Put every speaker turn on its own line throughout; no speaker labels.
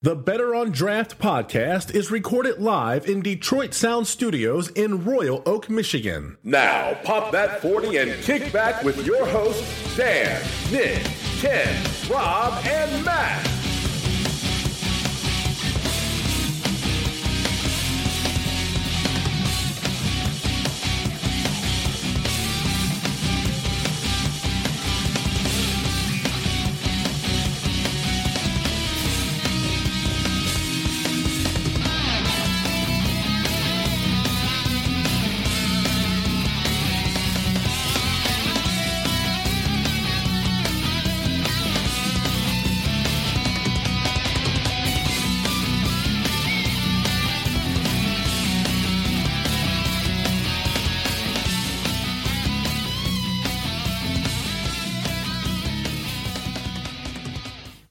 The Better on Draft podcast is recorded live in Detroit Sound Studios in Royal Oak, Michigan.
Now, pop that 40 and kick back with your hosts, Dan, Nick, Ken, Rob, and Matt.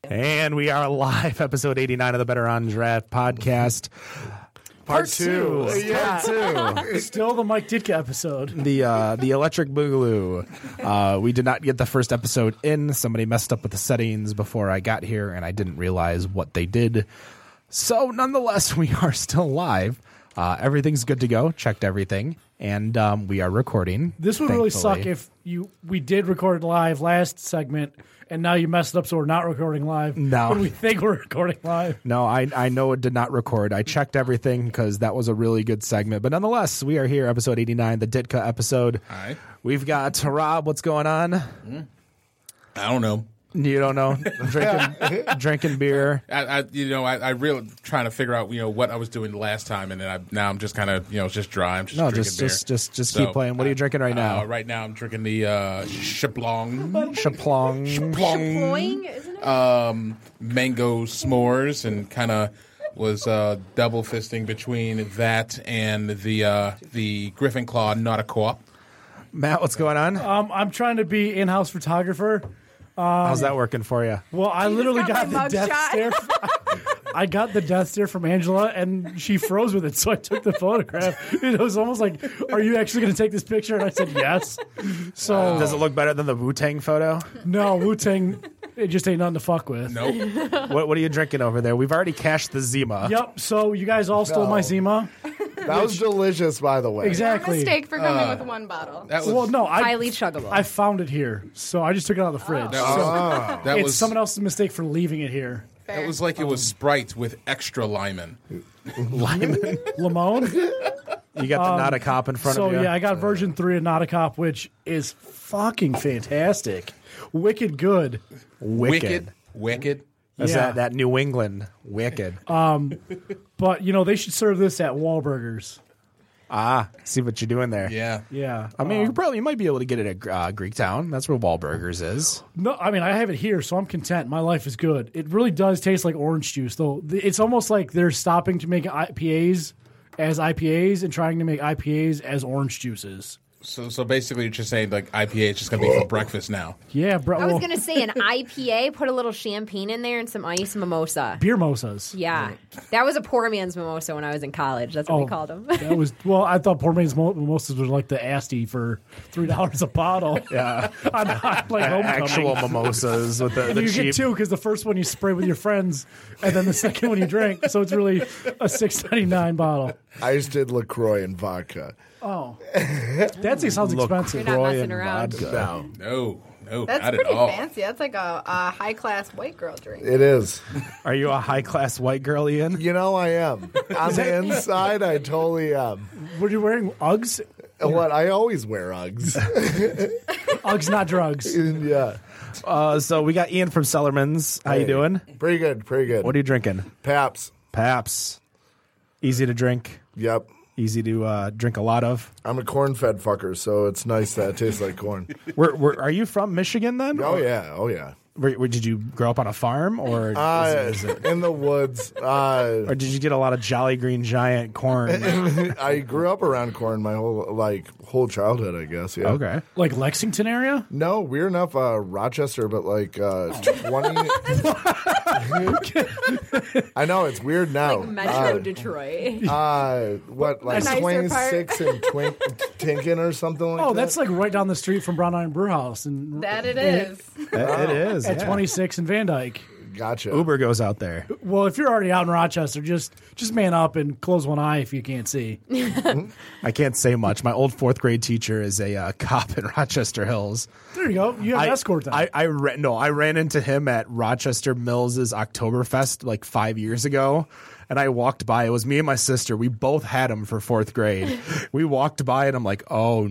And we are live, episode 89 of the Better on Draft podcast.
Part two.
Part two.
Still the Mike Ditka episode.
The uh, the electric boogaloo. Uh, we did not get the first episode in. Somebody messed up with the settings before I got here, and I didn't realize what they did. So, nonetheless, we are still live. Uh, everything's good to go. Checked everything, and um, we are recording.
This would really suck
thankfully.
if you we did record live last segment and now you messed it up so we're not recording live.
No.
When we think we're recording live.
No, I I know it did not record. I checked everything because that was a really good segment. But nonetheless, we are here, episode eighty nine, the Ditka episode. Hi. We've got Rob. What's going on?
I don't know.
You don't know drinking drinking beer.
I, I you know, I, I really trying to figure out you know what I was doing last time, and then I now I'm just kind of you know it's just dry. I'm just
No,
drinking
just
beer.
just just just keep playing. What are you drinking right
Uh,
now?
right now, I'm drinking the uh, Chablong
Chaplong.
Boing, isn't it?
mango s'mores, and kind of was uh, double fisting between that and the uh, the Griffin Claw Nauticorp.
Matt, what's going on?
Um, I'm trying to be in-house photographer.
How's that working for you?
Well, I literally
got
got,
my
the death
mugshot.
stare. I got the death stare from Angela, and she froze with it. So I took the photograph. It was almost like, "Are you actually going to take this picture?" And I said, "Yes." So
Does it look better than the Wu Tang photo?
no, Wu Tang, it just ain't nothing to fuck with.
Nope.
what What are you drinking over there? We've already cashed the Zima.
Yep. So you guys all stole my
No.
Zima.
That was delicious, by the way.
a
Exactly.
mistake for coming with one bottle.
That was
Well, no, I
Highly Oh. chuggable.
I found it here, so I just took it out of the fridge.
uh,
Ah,
that
it's
was
someone else's mistake for leaving it here.
that was like it was Sprite with extra lime in.
Lyman.
Lamone.
You got the not a cop in front
Um, so
of you.
yeah, I got version three of Not a Cop, which is fucking fantastic, wicked good.
wicked.
Wicked, wicked.
That's
Yeah. Uh,
that, that New England wicked.
But you know they should serve this at Wahlburgers.
ah, see what you're doing there.
Yeah.
Yeah,
I mean, you probably you might be able to get it at uh, Greek Town. That's where Wahlburgers is.
no, I mean I have it here, so I'm content. My life is good. It really does taste like orange juice, though. Th- It's almost like they're stopping to make IPAs as IPAs and trying to make IPAs as orange juices.
So so basically, you're just saying like IPA is just gonna be for breakfast now.
Yeah, bro.
I was
well,
gonna say an IPA, put a little champagne in there and some ice mimosa.
beer mosas.
Yeah, that was a poor man's mimosa when I was in college. That's what we called them.
Oh, that was well. I thought poor man's mo- mimosas were like the Asti for three dollars a bottle. Yeah, I'm not like homecoming.
Actual mimosas with the,
and
the
you
cheap.
get two because the first one you spray with your friends, and then the second one you drink. So it's really a six ninety nine bottle.
I just did LaCroix and vodka.
That thing sounds expensive.
You're not
Roy
messing
and
around.
vodka.
No, no,
That's
not
pretty
at all.
fancy. That's like a, a high class white girl drink.
It is.
Are you a high class white girl, Ian?
You know, I am. On the inside, I totally am.
Were you wearing Uggs?
And What? I always wear Uggs.
Uggs, not drugs.
yeah.
Uh, so we got Ian from Sellerman's. How you
Hey.
doing?
Pretty good. Pretty good.
What are you drinking?
Paps.
Paps. Easy to drink.
Yep.
Easy to uh, drink a lot of.
I'm a corn fed fucker, so it's nice that it tastes like corn.
Where, where, are you from Michigan then?
Oh, yeah. Oh, yeah.
Where, where, did you grow up on a farm or, is it-
Uh, in the woods. Uh,
or did you get a lot of Jolly Green Giant corn?
I grew up around corn my whole like whole childhood, I guess. Yeah.
okay.
Like Lexington area?
No, weird enough, uh, Rochester, but like uh, 20. I know, it's weird now.
Metro Detroit.
uh, uh, what, like
nicer part.
26 and twink, Tinkin or something like that?
Oh, that's like right down the street from Brown Iron Brew House and
That it is.
It- it is.
at
yeah.
twenty six in Van Dyke.
Gotcha.
Uber goes out there.
Well, if you're already out in Rochester, just just man up and close one eye if you can't see.
I can't say much. My old fourth grade teacher is a uh, cop in Rochester Hills.
There you go. You have
I,
escort then.
I, I ran, no, I ran into him at Rochester Mills's Oktoberfest like five years ago. And I walked by. It was me and my sister. We both had him for fourth grade. we walked by, and I'm like, "Oh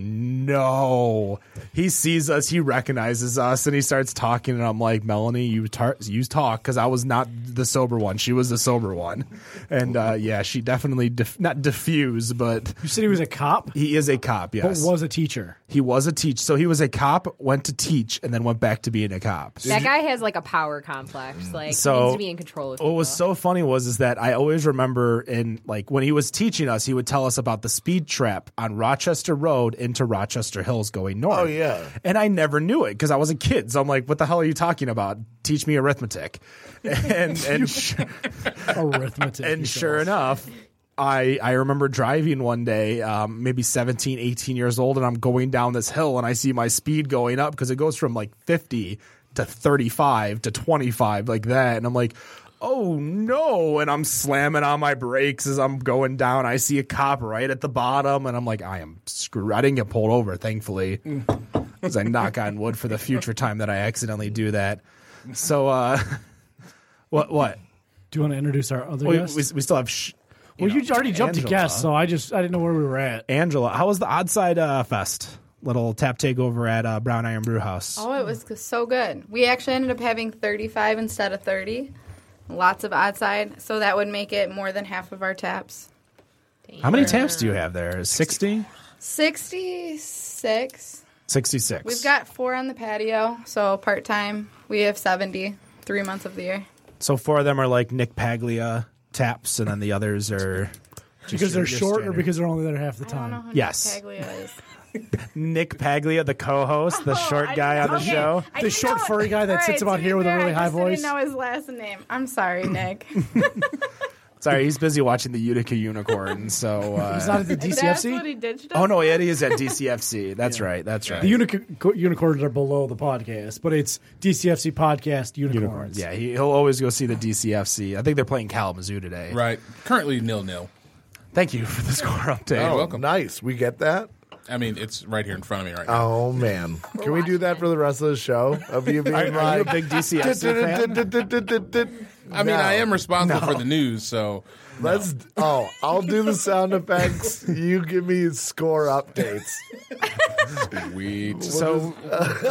no!" He sees us. He recognizes us, and he starts talking. And I'm like, "Melanie, you tar- you talk," because I was not the sober one. She was the sober one. And uh, yeah, she definitely def- not diffuse, but
you said he was a cop,
he is a cop.
but
Yes,
was a teacher.
he was a teach. So he was a cop, went to teach, and then went back to being a cop.
That guy has like a power
Mm.
complex. Like
So-
needs to be in control of.
What was so
people.
funny was is that I always remember in like when he was teaching us, he would tell us about the speed trap on Rochester Road into Rochester Hills going north.
Oh, yeah.
and I never knew it because I was a kid. So I'm like, "What the hell are you talking about? Teach me arithmetic." And and sure,
Arithmetic. he
and
says.
sure enough. I, I remember driving one day, um, maybe 17, 18 years old, and I'm going down this hill and I see my speed going up because it goes from like 50 to 35 to 25, like that. And I'm like, oh no. And I'm slamming on my brakes as I'm going down. I see a cop right at the bottom, and I'm like, I am screwed. I didn't get pulled over, thankfully, because I knock on wood for the future time that I accidentally do that. So, uh, what, what?
Do you want to introduce our other
We, we,
guest?
we still have. Sh-
well, you already jumped
Angela.
to guest, so I just I didn't know where we were at.
Angela, how was the Oddside uh, Fest? Little tap takeover at uh, Brown Iron Brew House.
Oh, it was g- so good. We actually ended up having 35 instead of 30. Lots of odd side, so that would make it more than half of our taps.
How many taps do you have there? 60?
66.
66.
We've got four on the patio, so part time. We have 70, three months of the year.
so four of them are like Nick Paglia taps, and then the others are.
Because they're
your
short, or
standard.
because they're only there half the
I don't know
time.
who
Yes.
Nick Paglia is.
Nick Paglia, the co host, the short guy on the
Okay,
show.
Oh, I
The
didn't
short
know-
furry guy that
All
sits
to
about
be
here with a
fair,
really
I
high
just
voice.
Didn't know his last name. I'm sorry, Nick.
Sorry, he's busy watching the Utica Unicorn. So. Uh,
It's not at the
That's what he
DCFC.
ditched.
oh,
us?
no, Eddie is at DCFC. That's right. That's right.
The unic- unicorns are below the podcast, but it's DCFC podcast unicorns.
yeah, he, he'll always go see the DCFC. I think they're playing Kalamazoo today.
Right. Currently nil nil.
Thank you for the score update.
You're
Oh,
welcome.
Nice. We get that.
I mean, it's right here in front of me right now.
Oh man, can we do that for the rest of the show? Of you being
Are- are you a
like
big DCFC fan?
I mean, I am responsible
Oh, No.
for the news, so
Let's. Oh, I'll do the sound effects. You give me score updates.
we just
So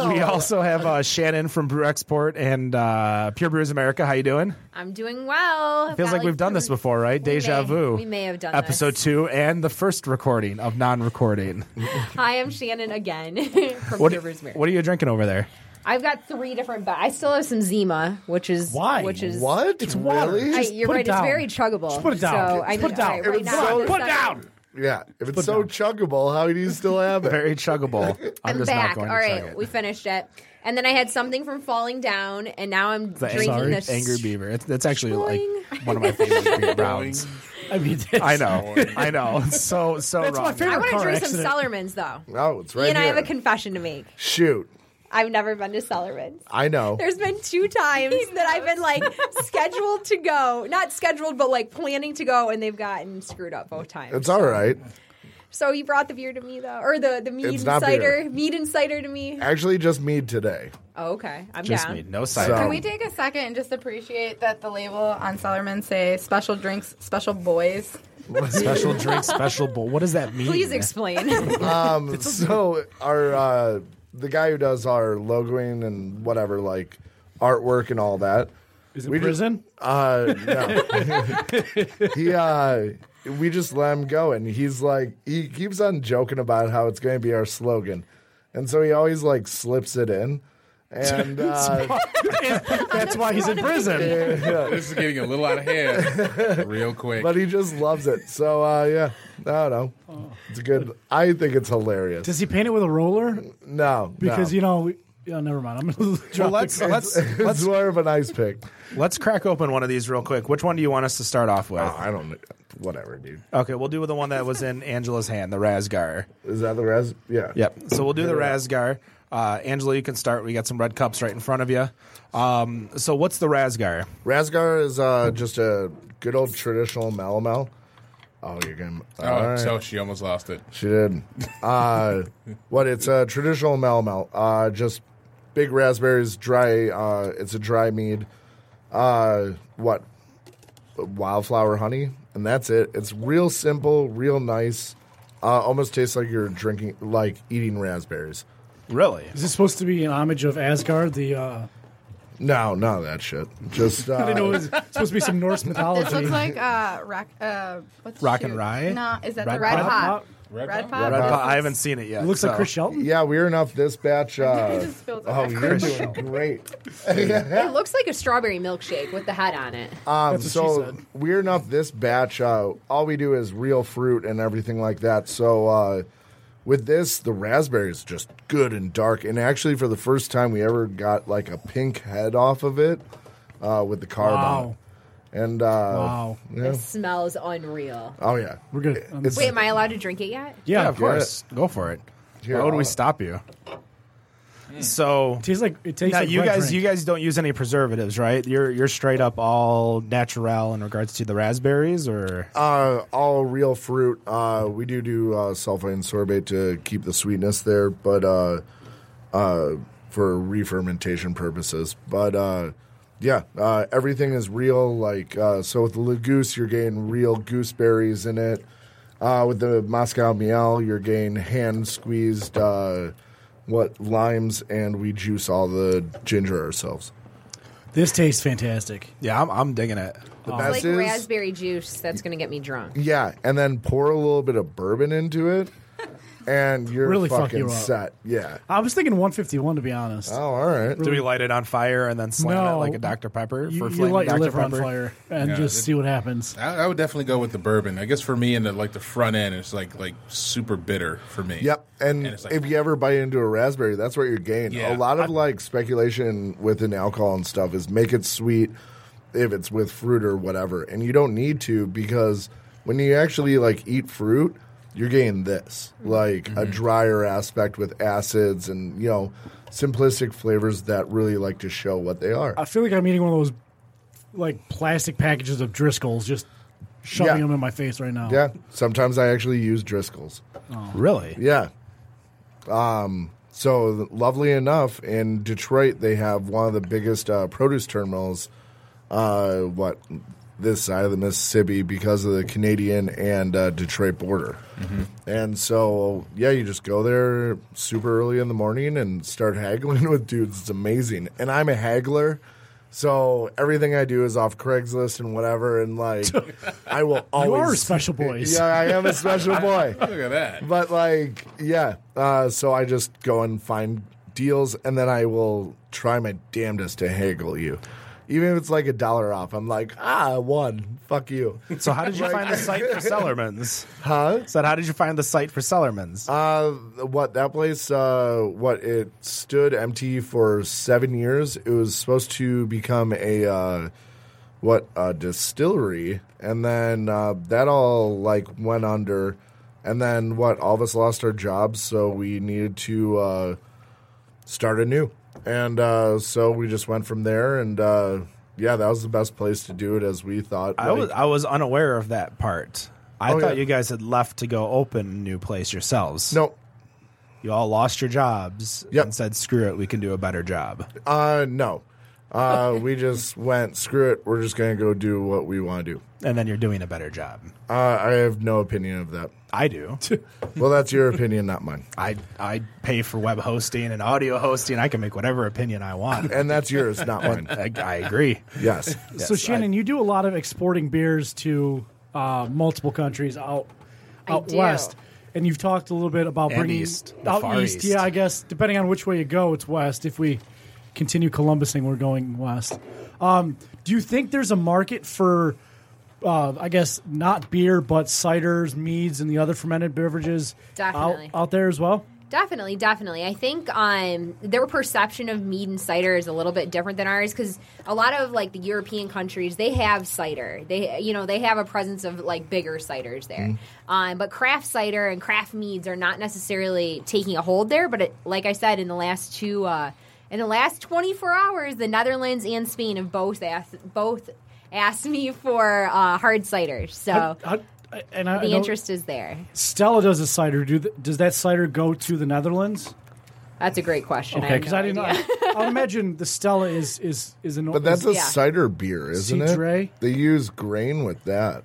we also have uh, Shannon from Brew Export and uh, Pure Brews America. How you doing?
I'm doing well. I've
Feels
got,
like we've done this before, right?
We
Deja
may-
vu.
We may have done
Episode
This.
two and the first recording of non-recording.
Hi, I'm Shannon again from
What,
Givers Mirror.
what are you drinking over there?
I've got three different. But I still have some Zima, which is
Why?
Which is
What?
It's water.
Really?
I,
Just
you're
put it
right. It's
down.
very chuggable.
Just put it down.
So I
Just put it
need-
down.
I- right
It's
now,
so-
I'm
Put
just-
down.
yeah. If it's so chuggable, how do you still have it?
Very chuggable. I'm,
I'm
just
back.
not
All
going to chug
right,
it.
we finished it. And then I had something from falling down, and now I'm
the
drinking
angry,
this.
Angry beaver. It's, that's actually like
Boing.
one of my favorite beer rounds.
I mean,
I know. I know. It's So so
That's my
wrong.
favorite.
I want to
Car
drink
accident.
some Sellermans though.
Oh, it's right
Ian, I
here.
have a confession to make.
Shoot,
I've never been to Sellermans.
I know.
There's been two times that I've been like scheduled to go, not scheduled, but like planning to go, and they've gotten screwed up both times.
It's all right.
So you brought the beer to me though, or the the mead
It's
and
not
cider,
beer.
mead and cider to me.
Actually, just me today.
Oh, okay, I'm
Just
down.
me. No
So-
cider.
Can we take a second and just appreciate that the label on Sellerman say special drinks, special boys?
Special drink, special bowl. What does that mean?
Please explain.
Um, so our uh, the guy who does our logoing and whatever, like artwork and all that.
Is it
We just-
prison?
Uh, no. he, uh, we just let him go, and he's like, he keeps on joking about how it's going to be our slogan, and so he always like slips it in, and uh,
That's why he's in prison.
this is getting a little out of hand real quick.
but he just loves it. So uh, yeah, I don't know. It's good. I think it's hilarious.
Does he paint it with a roller?
No,
Because
no.
you know, we, oh, never mind. I'm gonna
Well,
drop
let's let's
it's more of an ice pick.
let's crack open one of these real quick. Which one do you want us to start off with?
Oh, I don't. Whatever, dude.
Okay, we'll do the one that was in Angela's hand, the Razgar.
Is that the res? Yeah.
Yep. So we'll do the Razgar. Uh, Angela, you can start. We got some red cups right in front of you. Um, so what's the Rasgar?
Rasgar is uh, just a good old traditional Malamel. Oh, you're gonna.
Oh,
all right.
so she almost lost it.
She did. Uh, what? It's a traditional Malamel. Uh, just big raspberries, dry. Uh, it's a dry mead. Uh, what? Wildflower honey, and that's it. It's real simple, real nice. Uh, almost tastes like you're drinking, like eating raspberries.
Really?
Is this supposed to be an homage of Asgard? The uh,
No, none of that shit. Just
I didn't know it
uh,
was supposed to be some Norse
This
mythology.
looks like uh, rock. Uh, what's
Rock and
shoot?
Rye?
No, is that
Red
the red
Pop?
pot?
Red Pop?
pot.
Red Pot- I haven't seen it yet.
it Uh, looks
so-
like Chris Shelton.
yeah. Weird enough. This batch.
I
Uh,
just spilled it.
oh, you're doing great.
It looks like a strawberry milkshake with the head on it.
Um,
That's what she
so
said.
weird enough, this batch, uh, all we do is real fruit and everything like that. So uh, with this, the raspberry is just good and dark. And actually, for the first time, we ever got like a pink head off of it uh, with the carb on.
Wow.
it. And uh,
Wow.
yeah.
It smells unreal.
oh yeah,
We're good. Um,
It's-
Wait, am I allowed to drink it yet?
yeah,
Yeah, of course. Go for it.
Here,
Why would
I'll-
uh,
we stop you? So
It tastes like it tastes
now
like
you
red
guys,
drink.
you guys don't use any preservatives, right? You're you're straight up all natural in regards to the raspberries, or
uh, all real fruit. Uh, we do do uh, sulfite and sorbate to keep the sweetness there, but uh, uh, for re-fermentation purposes. But uh, yeah, uh, everything is real. Like uh, so, with the Lagoose, you're getting real gooseberries in it. Uh, with the Moscow Miel, you're getting hand squeezed uh, what limes, and we juice all the ginger ourselves.
This tastes fantastic.
yeah, I'm, I'm digging it.
The
It's
best
like
is-
raspberry juice that's going to get me drunk.
Yeah, and then pour a little bit of bourbon into it, and you're
Really fuck
fucking
you up.
set. Yeah.
I was thinking 151 to be honest.
Oh, all right.
Do we light it on fire and then slam it
No.
like a Dr Pepper
you,
for
you
flaming
light your
Dr
liver
Pepper?
on fire and
Yeah,
just
it-
see what happens.
I, I would definitely go with the bourbon. I guess for me, in the like the front end, it's like like super bitter for me.
Yep. And,
And it's like-
if you ever bite into a raspberry, that's what you're gaining.
Yeah.
A lot of like speculation within alcohol and stuff is make it sweet if it's with fruit or whatever, and you don't need to because when you actually like eat fruit. You're getting this, like a drier aspect with acids and, you know, simplistic flavors that really like to show what they are.
I feel like I'm eating one of those like plastic packages of Driscoll's, just shoving
Yeah.
them in my face right now.
Yeah. Sometimes I actually use Driscoll's.
Oh.
Really?
Yeah. Um, so lovely enough, in Detroit they have one of the biggest uh, produce terminals. Uh, what this side of the Mississippi because of the Canadian and uh, Detroit border. And so yeah, you just go there super early in the morning and start haggling with dudes. It's amazing, and I'm a haggler. So everything I do is off Craigslist and whatever, and like I will always
You are special boys.
Yeah, I am a special boy.
Look at that.
But like, yeah. Uh, so I just go and find deals, and then I will try my damnedest to haggle you, even if it's like a dollar off. I'm like, ah, one. Fuck you.
So how did you find the site for Sellerman's? Huh? So how did you find the site for Sellerman's?
Uh, what that place? Uh, what it stood empty for seven years. It was supposed to become a uh, what a distillery, and then uh, that all like went under, and then what? All of us lost our jobs, so we needed to uh, start anew, and uh, so we just went from there, and uh, yeah, that was the best place to do it as we thought.
I
Like,
was I was unaware of that part. I
Oh,
thought
yeah.
you guys had left to go open a new place yourselves.
no.
You all lost your jobs
Yep.
and said, "Screw it, we can do a better job."
Uh, no. Uh, we just went, screw it. We're just going to go do what we want to do.
And then you're doing a better job.
Uh, I have no opinion of that.
I do.
Well, that's your opinion, not mine.
I I pay for web hosting and audio hosting. I can make whatever opinion I want.
And that's yours, not mine.
I, I agree.
Yes.
So Shannon, you do a lot of exporting beers to uh, multiple countries out out
do.
west, and you've talked a little bit about
And
bringing
east, the
out
Far
east,
East.
Yeah, I guess depending on which way you go, it's west. If we continue Columbusing, we're going west. Um, do you think there's a market for? Uh, I guess not beer, but ciders, meads, and the other fermented beverages out,
Definitely.
out there as well.
Definitely, definitely. I think um, their perception of mead and cider is a little bit different than ours because a lot of like the European countries they have cider. They you know they have a presence of like bigger ciders there, um, but craft cider and craft meads are not necessarily taking a hold there. But it, like I said, in the last two uh, in the last twenty four hours, the Netherlands and Spain have both asked both asked me for uh, hard ciders. So.
I- I- and I, I
the
know
interest is there.
Stella does a cider. Do th- does that cider go to the Netherlands?
That's a great question.
Okay,
have
because
no
I didn't.
idea.
I, I'll imagine the Stella is is is an.
But that's a
Yeah.
cider beer, isn't
Cidre?
it? They use grain with that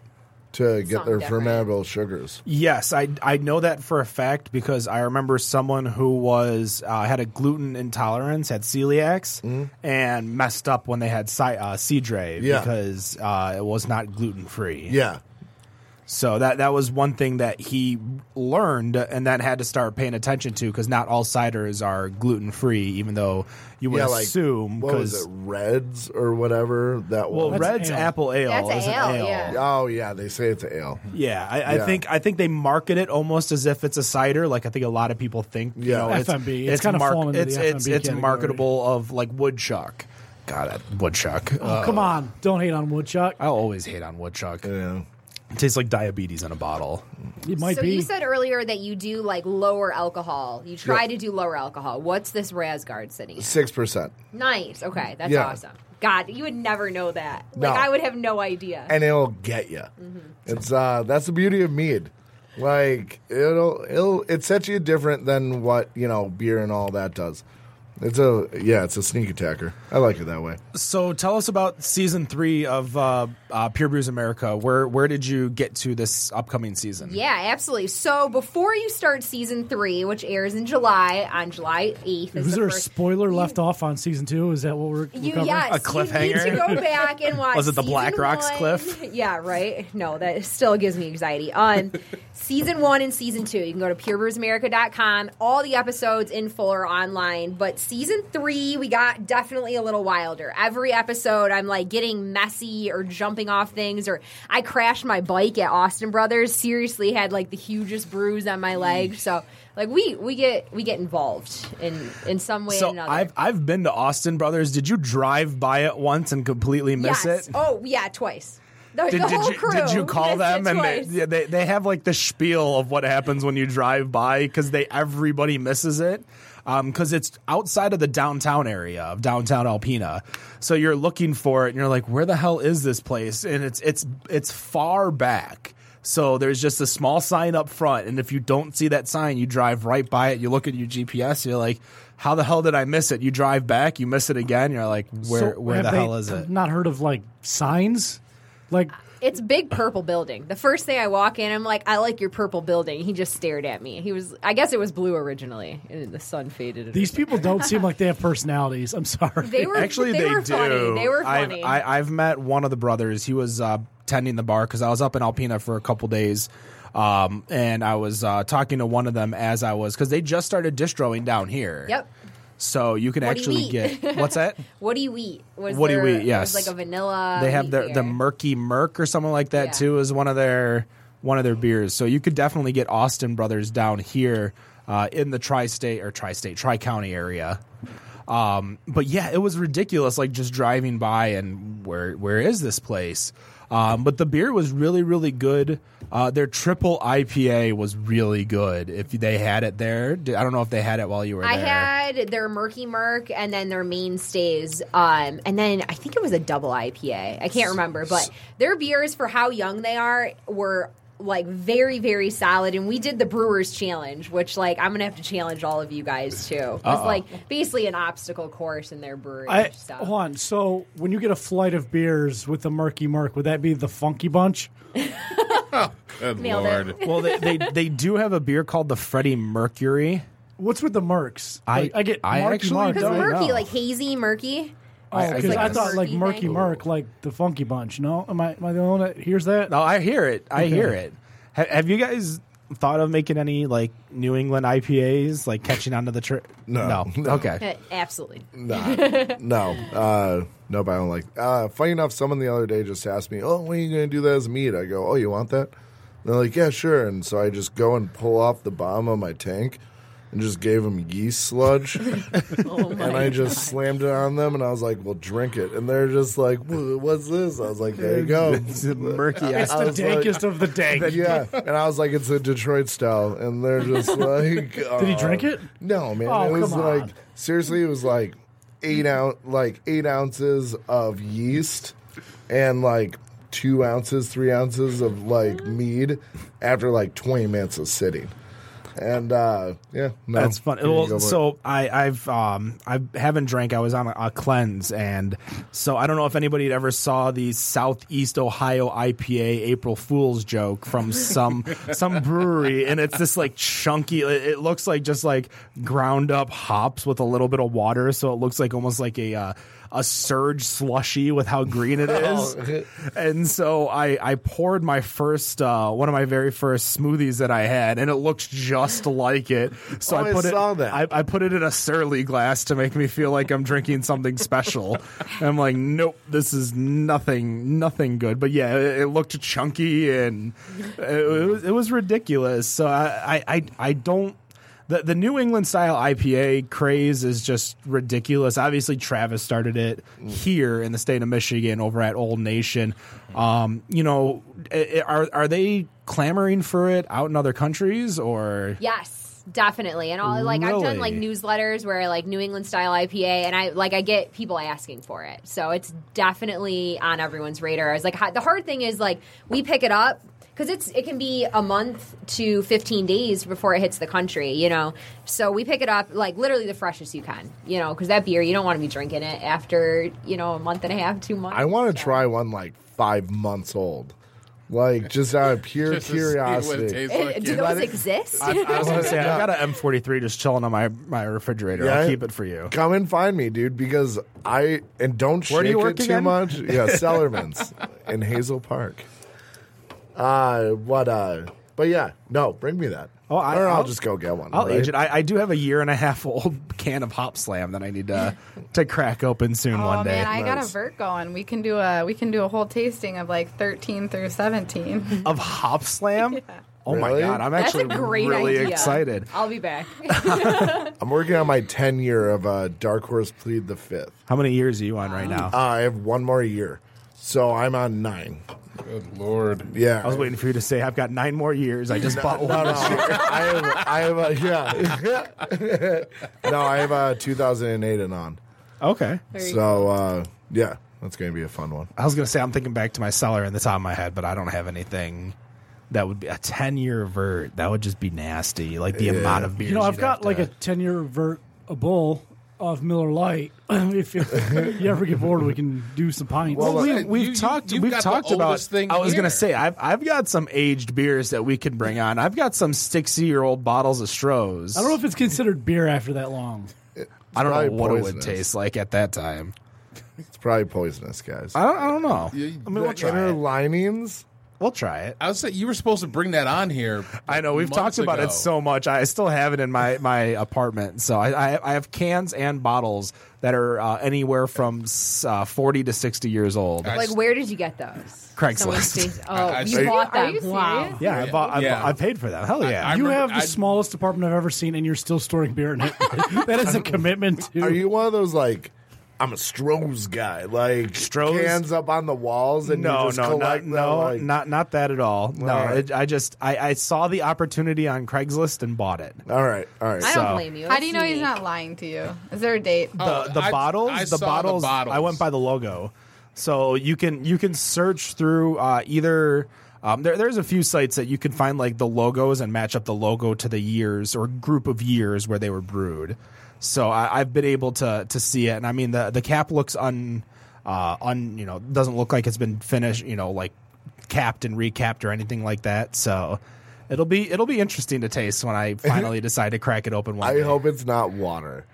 to get
Something
their
different.
fermentable sugars.
Yes, I I know that for a fact because I remember someone who was uh, had a gluten intolerance, had celiacs, and messed up when they had ci- uh, cidre
Mm-hmm. Yeah.
because uh, it was not gluten free.
Yeah.
So that that was one thing that he learned and then had to start paying attention to because not all ciders are gluten free, even though you would
yeah, like
assume.
what was
'cause-
it, reds or whatever that
Well,
was.
red's
ale.
apple ale.
That's a
is an
ale, yeah.
Oh yeah, they say it's ale.
Yeah, I, I
Yeah.
think I think they market it almost as if it's a cider. Like I think a lot of people think, you
Yeah.
know, it's,
FMB. It's kinda fallen into the
it's it's,
FMB
it's
category.
marketable of like woodchuck. God, I, woodchuck. Uh,
Oh, Come on, don't hate on Woodchuck.
I always hate on woodchuck.
Yeah.
It tastes like diabetes in a bottle.
It might
so
be.
you said earlier that you do like lower alcohol. You try to do lower alcohol. What's this Razgard sitting? at?
Six percent.
Nice. Okay, that's
Yeah.
awesome. God, you would never know that. Like
No.
I would have no idea.
And it'll get you. It's uh that's the beauty of mead. Like it'll it'll it sets you different than what, you know, beer and all that does. It's a yeah, it's a sneak attacker. I like it that way.
So tell us about season three of uh, uh, Pure Brews America. Where where did you get to this upcoming season?
yeah, absolutely. So before you start season three, which airs in July on July eighth,
was there a spoiler left off on season two? Is that what we're, we're
You
covering?
yes,
A
You need to
cliffhanger?
go back and watch.
Was it the
season
Black Rocks
one.
cliff?
Yeah, right. No, that still gives me anxiety. Um, season one and season two. You can go to purebrewsamerica.com. All the episodes in full are online. But season three, we got definitely a little wilder. Every episode, I'm like getting messy or jumping off things. Or I crashed my bike at Austin Brothers. Seriously, had like the hugest bruise on my leg. So. Like we, we get we get involved in in some way
So
or another.
I've I've been to Austin Brothers. Did you drive by it once and completely miss
yes.
it?
Oh yeah, twice. The, the whole
you,
crew.
did you call
missed
them
it
and they,
twice.
yeah, they they have like the spiel of what happens when you drive by because they everybody misses it because it's outside of the downtown area of downtown Alpena. So you're looking for it and you're like, where the hell is this place? And it's it's it's far back. So there's just a small sign up front, and if you don't see that sign, you drive right by it. You look at your GPS, you're like, "How the hell did I miss it?" You drive back, you miss it again. You're like, "Where,
So
where
have
the
they
hell is it?"
Not heard of like signs, like
It's a big purple building. The first thing I walk in, I'm like, I like your purple building. He just stared at me. He was, I guess it was blue originally, and then the sun faded. it.
these people don't seem like they have personalities. I'm sorry.
they were
Actually,
they,
they,
were
do.
funny. They were
I've,
funny.
I, I've met one of the brothers. He was uh, tending the bar because I was up in Alpena for a couple days. Um, and I was uh, talking to one of them as I was because they just started distroing down here.
yep.
So you can
What do you
actually
eat?
get what's that?
What do you eat? Was
What do you
there-
eat?
was
Yes.
like a vanilla.
they have
wheat
their the
beer.
murky murk or something like that
Um, Yeah.
too is one of their one of their beers. So you could definitely get Austin Brothers down here uh, in the tri-state or tri-state tri-county area. Um, but yeah, it was ridiculous. Like just driving by and where where is this place? Um, but the beer was really really good. Uh, their triple IPA was really good. If they had it there, I don't know if they had it while you were
I
there.
had their Murky Murk and then their mainstays. Um, and then I think it was a double IPA. I can't remember, but their beers for how young they are were like very, very solid. And we did the Brewers Challenge, which like I'm gonna have to challenge all of you guys too. It's like basically an obstacle course in their brewery
I,
stuff.
hold on. So when you get a flight of beers with the murky murk, would that be the funky bunch?
Good
Nailed
lord.
it.
well, they, they they do have a beer called the Freddie Mercury.
What's with the murks?
I-
Like, I get
I
murky
actually
murk.
Because
don't
right?
know.
murky, like hazy, murky.
Oh,
I- I
'cause I,
guess.
thought like murky
Murky thing.
murk, like the funky bunch. No, am I am I the only one that hears that?
No, I hear it. I
Okay.
hear it. Ha- have you guys thought of making any like New England IPAs, like catching onto the trip?
No.
no. Okay.
Uh, Absolutely.
Nah, no, uh, nope. I don't like. Uh, funny enough, someone the other day just asked me, "Oh, when are you going to do that as meat?" I go, "Oh, you want that?" And they're like, "Yeah, sure." And so I just go and pull off the bottom of my tank, and just gave them yeast sludge.
Oh
and I just slammed it on them, and I was like, "Well, drink it." And they're just like, "Wha- "What's this?" I was like, "There you go."
It's a murky
I
It's the
was like-
dankest of the dank.
yeah, and I was like, "It's a Detroit style," and they're just
Did
like,
he
"Oh."
drink it?
No, man.
Oh,
it was
come on.
like seriously, it was like eight ounce, like eight ounces of yeast, and like two ounces, three ounces of like mead after like twenty minutes of sitting. And uh yeah, no,
That's fun.
Here you
Well,
go, boy.
so I, I've um, I haven't drank. I was on a, a cleanse, and so I don't know if anybody had ever saw the Southeast Ohio IPA April Fool's joke from some some brewery, and it's this like chunky. It, it looks like just like ground up hops with a little bit of water, so it looks like almost like a. Uh, a surge slushy with how green it
Oh.
is. and so I, I poured my first, uh, one of my very first smoothies that I had, and it looked just like it. So
Oh, I
I put
saw
it,
that.
I, I put it in a surly glass to make me feel like I'm drinking something special. And I'm like, nope, this is nothing, nothing good. But yeah, it, it looked chunky and it, was, it was ridiculous. So I, I, I, I don't. The, the New England style IPA craze is just ridiculous. Obviously, Travis started it here in the state of Michigan over at Old Nation. Um, you know, i- i- are are they clamoring for it out in other countries or?
Yes, definitely. And all like I've done like
Really?
newsletters where like New England style IPA and I like I get people asking for it. So it's definitely on everyone's radar. I was like hi- the hard thing is like we pick it up cuz it's it can be a month to 15 days before it hits the country, you know. So we pick it up like literally the freshest you can, you know, cuz that beer you don't want to be drinking it after, you know, a month and a half, 2 months.
I want to
So-
try one like five months old, like just out of pure
Just to see what it
curiosity.
tastes like,
It- Do
yeah.
those exist?
I was gonna say I've got an M43 just chilling on my, my refrigerator.
Yeah.
I'll keep it for you.
Come and find me, dude, because I and don't
Where do
shake
you work
it too
again?
much. Yeah, Sellerman's in Hazel Park. Uh what uh but yeah, no, bring me that.
Oh, I-
or I'll,
I'll-
just go get one.
I'll
right?
age it. I, I do have a year and a half old can of Hop Slam that I need to to crack open soon
Oh
one day.
man, I got a vert going. We can do a we can do a whole tasting of like 13 through 17.
of Hop Slam. Oh my
Really?
god, I'm
That's
actually
a great
really
idea.
excited.
I'll be back.
I'm working on my ten year of uh Dark Horse Plead the Fifth.
How many years are you on right now?
Uh, I have one more year. So I'm on nine.
Good lord.
Yeah.
I was waiting for you to say I've got nine more years. I just bought
No,
one.
no. I have, I have a, yeah. no, I have uh, a 2008 and on.
Okay.
So, uh, yeah, that's going to be a fun one.
I was gonna say I'm thinking back to my cellar in the top of my head, but I don't have anything that would be a ten year vert. That would just be nasty. Like the amount of beers.
You know, I've
you'd
got
have
like
to-
a 10 year vert, a bull of Miller Lite. if you, you ever get bored, we can do some pints.
Well,
Well,
we,
listen,
we've
uh, you-
talked.
you've
we've
got the
talked about.
oldest thing
I was
here.
gonna say I've I've got some aged beers that we could bring on. I've got some sixty year old bottles of Strohs.
I don't know if it's considered beer after that long.
I don't know
probably
what it would
poisonous.
taste like at that time.
It's probably poisonous, guys.
I don't, I don't know. I mean, we'll
the inner
try it.
linings.
We'll try it.
I was saying you were supposed to bring that on here.
I know we've
months
talked about
ago.
it so much. I still have it in my my apartment. So I I, I have cans and bottles that are uh, anywhere from s- uh, forty to sixty years old.
I
Like,
s-
where did you get those?
Craigslist.
Someone's face- Oh,
I- I
you
see.
bought them.
Are you
wow.
serious?
yeah, I bought. I,
Yeah.
I paid for them. Hell yeah!
I
you
remember-
have the
I-
smallest apartment I've ever seen, and you're still storing beer in it. that is a commitment to.
Are you one of those, like, I'm a Stroh's guy? Like,
Stroh's?
cans up on the walls and you
no,
just
no, not,
collect them,
no,
like-
not not that at all. No,
All right.
it, I just I, I saw the opportunity on Craigslist and bought it.
All right, all right.
I
So-
don't blame you.
How do you know
That's
he's
unique.
not lying to you? Is there a date?
Oh,
the, the
I-
bottles,
I
the
saw the
bottles,
bottles.
I went by the logo, so you can you can search through uh, either. Um, there, there's a few sites that you can find like the logos and match up the logo to the years or group of years where they were brewed. So I, I've been able to to see it, and I mean the the cap looks un uh, un you know doesn't look like it's been finished you know like capped and recapped or anything like that. So it'll be it'll be interesting to taste when I finally decide to crack it open. One
I
day.
hope it's not water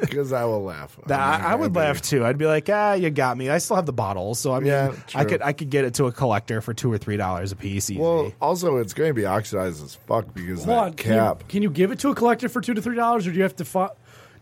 because I will laugh.
That,
mean,
I, I would
agree.
laugh too. I'd be like, ah, you got me. I still have the bottle, so I mean,
Yeah,
I
true.
could I could get it to a collector for two or three dollars a piece. Easy.
Well, also, it's going to be oxidized as fuck because
Hold on,
that
can you-
cap.
Can you, give it to a collector for two to three dollars, or do you have to fi-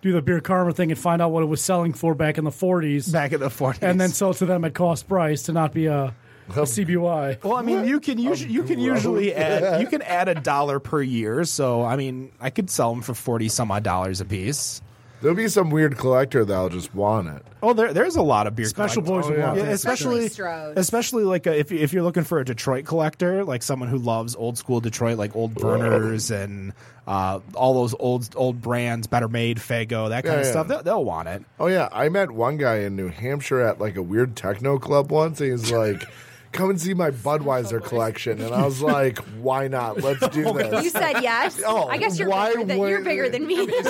do the beer karma thing and find out what it was selling for back in the forties,
back in the forties,
and then sell it to them at cost price to not be a CBY.
Well, I mean, you can usually you can usually add you can add a dollar per year. So I mean, I could sell them for forty some odd dollars a piece.
There'll be some weird collector that'll just want it.
Oh, there, there's a lot of beer.
Special
collectors. Oh,
boys will want
Yeah,
that.
especially
Especially Strohs.
especially like uh if if you're looking for a Detroit collector, like someone who loves old school Detroit, like old burners and uh, all those old old brands, Better Made, Fago, that kind
Yeah,
of
yeah.
stuff. They'll, they'll want it.
Oh yeah, I met one guy in New Hampshire at like a weird techno club once, and he's like, "Come and see my Budweiser collection," and I was like, "Why not? Let's do
Oh,
You
this."
said yes.
Oh,
I guess you're
why
bigger than, you're
would-
bigger than me.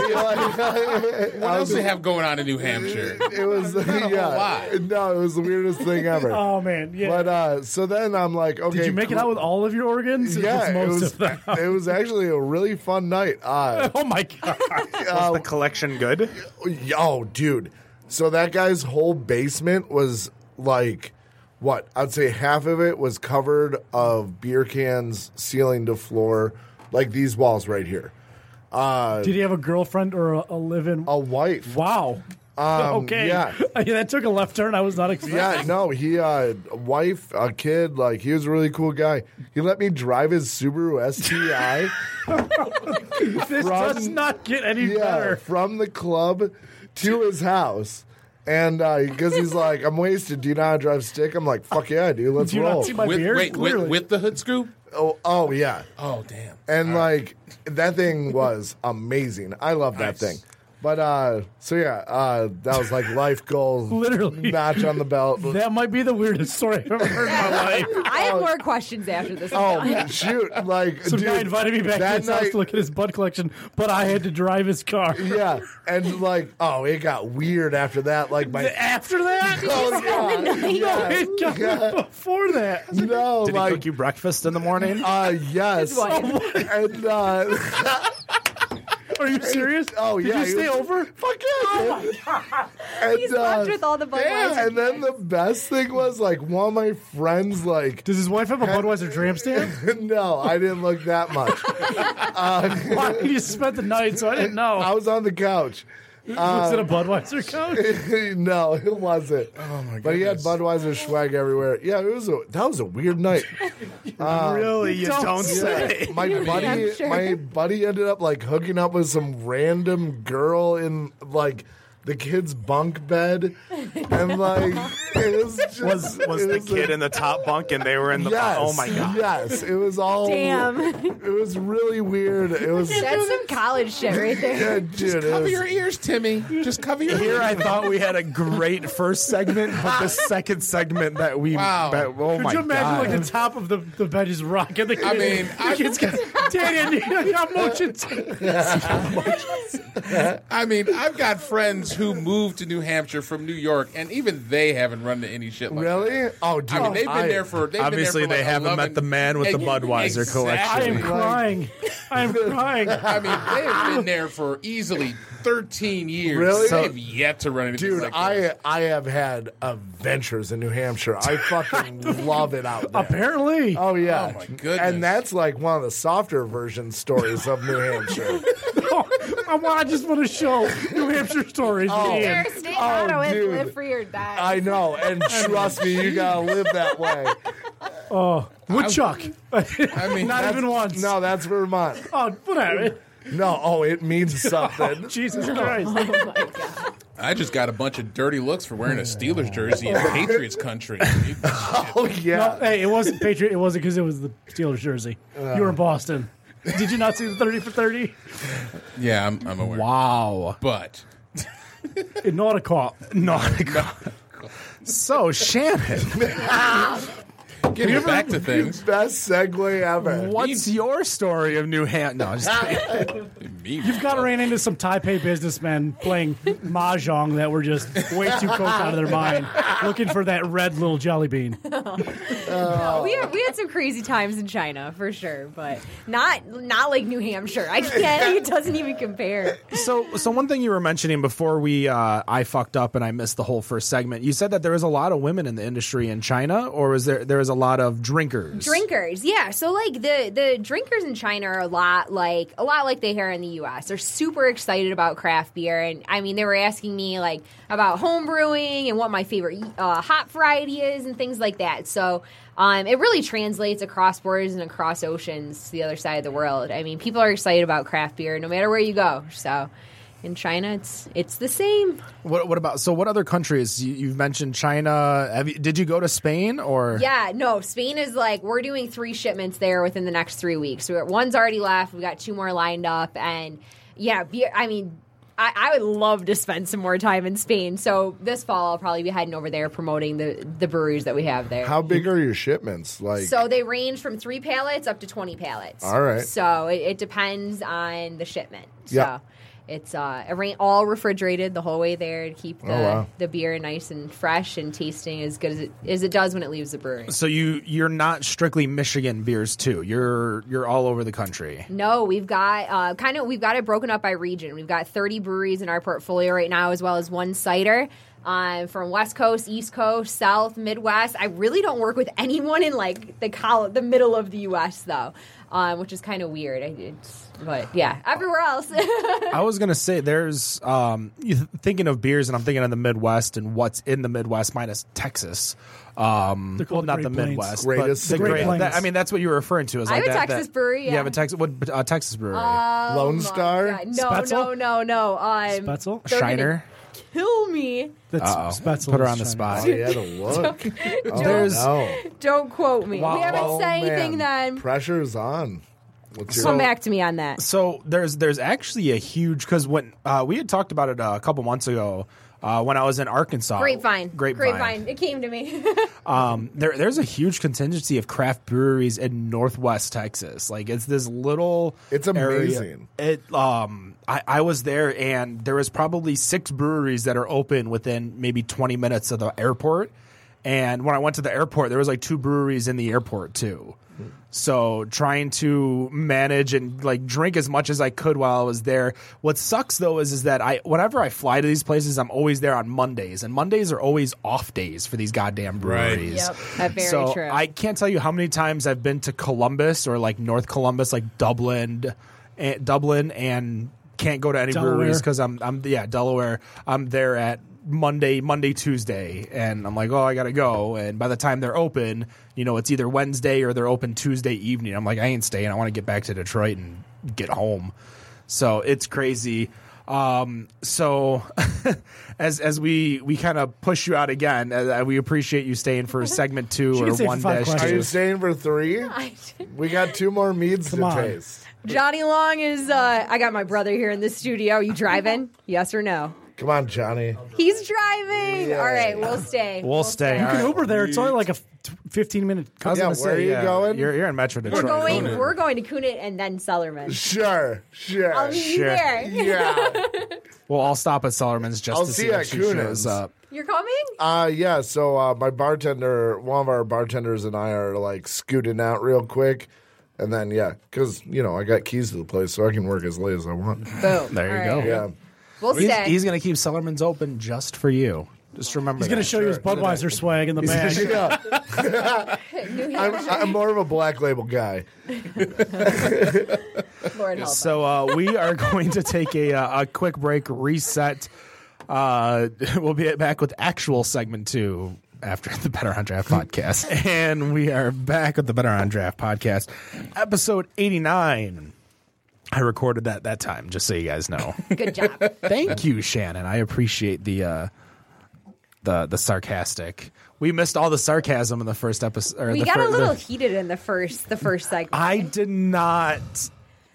Like,
What else do they have going on in New Hampshire?
it was
whole
yeah,
lot.
no, it was the weirdest thing ever.
Oh man, yeah.
But uh, so then I'm like, okay,
Did you make it out with all of your organs? Or
Yeah,
just
it
most
was.
of them.
It was actually a really fun night. Uh,
Oh my god!
Was the collection good?
yo, Oh, dude. So that guy's whole basement was like what? I'd say half of it was covered of beer cans, ceiling to floor, like these walls right here. Uh,
Did he have a girlfriend or a, a live-in?
a wife. Um,
wow. okay.
yeah.
that took a left turn. I was not expecting.
Yeah, no, he uh a wife, a kid, like he was a really cool guy. He let me drive his Subaru STI.
this
From-
does not get any
yeah,
better.
from the club to his house. And because he's like, I'm wasted. Do you know how to drive stick? I'm like, fuck yeah, dude. Let's
Do you
roll.
not see my
With,
beard?
wait, with,
Clearly.
with the hood scoop?
oh, oh yeah.
Oh, damn.
And like that thing was amazing. I love that
Nice.
thing. But uh, so yeah, uh, that was like life goal.
Literally.
notch on the belt.
that might be the weirdest story I've ever heard in my life.
I have more questions after this.
oh shoot! Like
Some
dude,
guy invited me back to
that
his house
night-
to look at his bud collection, but I had to drive his car.
Yeah, and like oh, it got weird after that. Like my
After that,
oh yeah,
no, it got before that.
no,
Did he
like
cook you breakfast in the morning?
Uh, yes.
wife.
and uh,
Are you serious?
oh yeah,
Did you
he
stay
was- Oh
over?
Fuck yeah, dude. and,
He's left with all the Budweiser
yeah, and then the best thing was like one of my friends like.
Does his wife have a Budweiser tram stamp?
no, I didn't look that much.
Why? He just spent the night, so I didn't
Oh.
know.
I was um, on the couch.
was it a Budweiser couch?
no, it wasn't. Oh my But he had Budweiser swag everywhere. Yeah, it was a that was a weird night.
really? You
don't
Yeah, my buddy, my buddy ended up like hooking up with some random girl in like the kid's bunk bed, and like it was just,
Was was
it
the
a-
kid in the top bunk and they were in the?
Yes.
Oh my god!
Yes, it was all.
Damn.
It was really weird. It was.
That's some college shit right there.
Yeah, dude, it
Cover
was-
your ears, Timmy. Just cover your
Here
ears.
I thought we had a great first segment, but the second segment that we
Wow.
bet- oh
Could
my
you imagine
god!
like the top of the, the bed is rocking? The kid,
I mean,
the
I-
kid's got Danny, I need- I got motion sickness.
I mean, I've got friends who moved to New Hampshire from New York, and even they haven't run into any shit like that.
Really? Oh, dude.
I mean, they've been there for. They've
Obviously,
been there for
they
like
haven't
11
met the man with the
Ex-
Budweiser
exactly.
I am
collection.
crying. I am crying.
I mean, they have been there for easily 13 years.
Really?
They've yet to run into
Dude,
like uh,
I
that.
I have had adventures in New Hampshire. I fucking love it out there.
Apparently,
Oh yeah.
Oh, my goodness.
And that's like one of the softer version stories of New Hampshire.
Oh, I, want, I just want to show New Hampshire stories. Ian.
State
Oh,
motto is
dude.
live free or die.
I know, and trust me, you gotta live that way.
Woodchuck.
I mean,
Not even once.
No, that's Vermont.
Oh, whatever.
No, oh, it means something.
Jesus Christ.
I just got a bunch of dirty looks for wearing a Steelers jersey in Patriots country.
Oh yeah.
hey, it wasn't Patriot. It wasn't because it was the Steelers jersey.
Uh.
you were in Boston. Did you not see the 30 for 30?
yeah, I'm, I'm aware.
Wow!
But
In not a cop.
Nautica. so Shannon,
getting back to things,
Best segue ever.
what's your story of New Hampshire? No, I'm just kidding.
You've got ran into some Taipei businessmen playing mahjong that were just way too coked out of their mind, looking for that red little jelly bean.
We had, we had some crazy times in China for sure, but not not like New Hampshire. I can't. It doesn't even compare.
so so one thing you were mentioning before we uh, I fucked up and I missed the whole first segment. You said that there was a lot of women in the industry in China, or was there there was has a lot of drinkers.
drinkers yeah so like the the drinkers in china are a lot like a lot like they here in the us they're super excited about craft beer and i mean they were asking me like about home brewing and what my favorite uh, hop variety is and things like that so um, it really translates across borders and across oceans to the other side of the world i mean people are excited about craft beer no matter where you go so in china it's it's the same
What, what about so? What other countries you, you've mentioned? China. Have you, did you go to Spain or?
Yeah, no. Spain is like we're doing three shipments there within the next three weeks. We're, one's already left. We got two more lined up, and yeah, beer, I mean, I, I would love to spend some more time in Spain. So this fall, I'll probably be heading over there promoting the the breweries that we have there.
How big are your shipments? Like
so they range from three pallets up to twenty pallets.
All right.
So it, it depends on the shipment. So
Yeah.
it's uh, it ran- all refrigerated the whole way there to keep the,
Oh, wow.
the beer nice and fresh and tasting as good as it, as it does when it leaves the brewery.
So you you're not strictly Michigan beers too. You're you're all over the country.
No, we've got uh, kind of we've got it broken up by region. We've got 30 breweries in our portfolio right now, as well as one cider uh, from West Coast, East Coast, South, Midwest. I really don't work with anyone in like the col- the middle of the U.S. though, um, which is kind of weird. I, it's, but yeah, everywhere else.
I was gonna say there's um you th- thinking of beers and I'm thinking of the Midwest and what's in the Midwest minus Texas. Um,
They're
well,
called
not
the
the
Great Plains.
Midwest,
Greatest-
but the
Great
Great-
Plains.
that- I mean, that's what you were referring to. Is
I
like
have a
that,
Texas
that-
brewery,
You
yeah.
have a Texas, what uh, Texas brewery?
Lone
my
Star?
God. No, no,
Spetzel?
no, no. Um,
Spetzel?
they're gonna
Shiner.
kill me.
That's Spetzel
Put her
is
on the
China.
spot.
I had to look. oh,
There's-
no.
Don't quote me.
Wow.
we haven't
Oh,
said anything
Man,
then.
Pressure's on. What's your
Come back to me on that.
So there's there's actually a huge because when uh, we had talked about it uh, a couple months ago uh, when I was in Arkansas,
Grapevine.
grapevine,
It came to me.
Um, there there's a huge contingency of craft breweries in Northwest Texas. Like it's this little,
It's
area.
amazing.
It um, I, I was there and there was probably six breweries that are open within maybe 20 minutes of the airport. And when I went to the airport, there was like two breweries in the airport too. So trying to manage and like drink as much as I could while I was there. What sucks though is is that I whenever I fly to these places, I'm always there on Mondays, and Mondays are always off days for these goddamn
Right.
breweries.
Yep, that's very
so
true.
I can't tell you how many times I've been to Columbus or like North Columbus, like Dublin, and, Dublin, and can't go to any
Delaware.
breweries because I'm I'm yeah Delaware. I'm there at Monday, Monday, Tuesday, and I'm like, oh, I gotta go. And by the time they're open, you know, it's either Wednesday or they're open Tuesday evening. I'm like, I ain't staying. I want to get back to Detroit and get home. So it's crazy. Um, so as as we we kind of push you out again, uh, we appreciate you staying for segment two
She
or
can stay for
one
five
dash
questions.
Are you
two.
staying for three? We got two more meads
Come
to
on.
taste.
Johnny Long is. Uh, I got my brother here in the studio. Are you driving? yes or no?
Come on, Johnny.
He's driving. All right, we'll stay.
We'll stay.
You can Uber there. It's only like a f- t- 15 minute.
I was
Yeah,
gonna
where are
say,
you
yeah,
going?
You're, you're in Metro
We're
Detroit.
going.
Conan.
We're going to Kunit and then Sellerman.
Sure, sure.
I'll meet you
Sure.
there.
yeah.
Well, I'll stop at Sellerman's just
I'll
to
see
see,
you
if
at
she
Kunin's.
shows up.
You're coming?
Uh, yeah. So uh, my bartender, one of our bartenders and I are like scooting out real quick. And then, yeah, because, you know, I got keys to the place, so I can work as late as I want.
Boom.
There you
All right.
go.
Yeah.
We'll
He's,
stay.
he's gonna keep Sellerman's open just for you. Just remember.
He's going to show you his Budweiser swag in the bag.
Yeah. I'm, I'm more of a black label guy.
Lord help. us.
So uh, we are going to take a uh, a quick break, reset. Uh, we'll be back with actual segment two after the Better on Draft podcast, and we are back with the Better on Draft podcast, episode eighty nine. I recorded that that time, just so you guys know.
Good job.
Thank you, Shannon. I appreciate the uh, the the sarcastic. We missed all the sarcasm in the first episode. or
We
the
got
fir-
a little
The,
heated in the first the first segment.
I did not.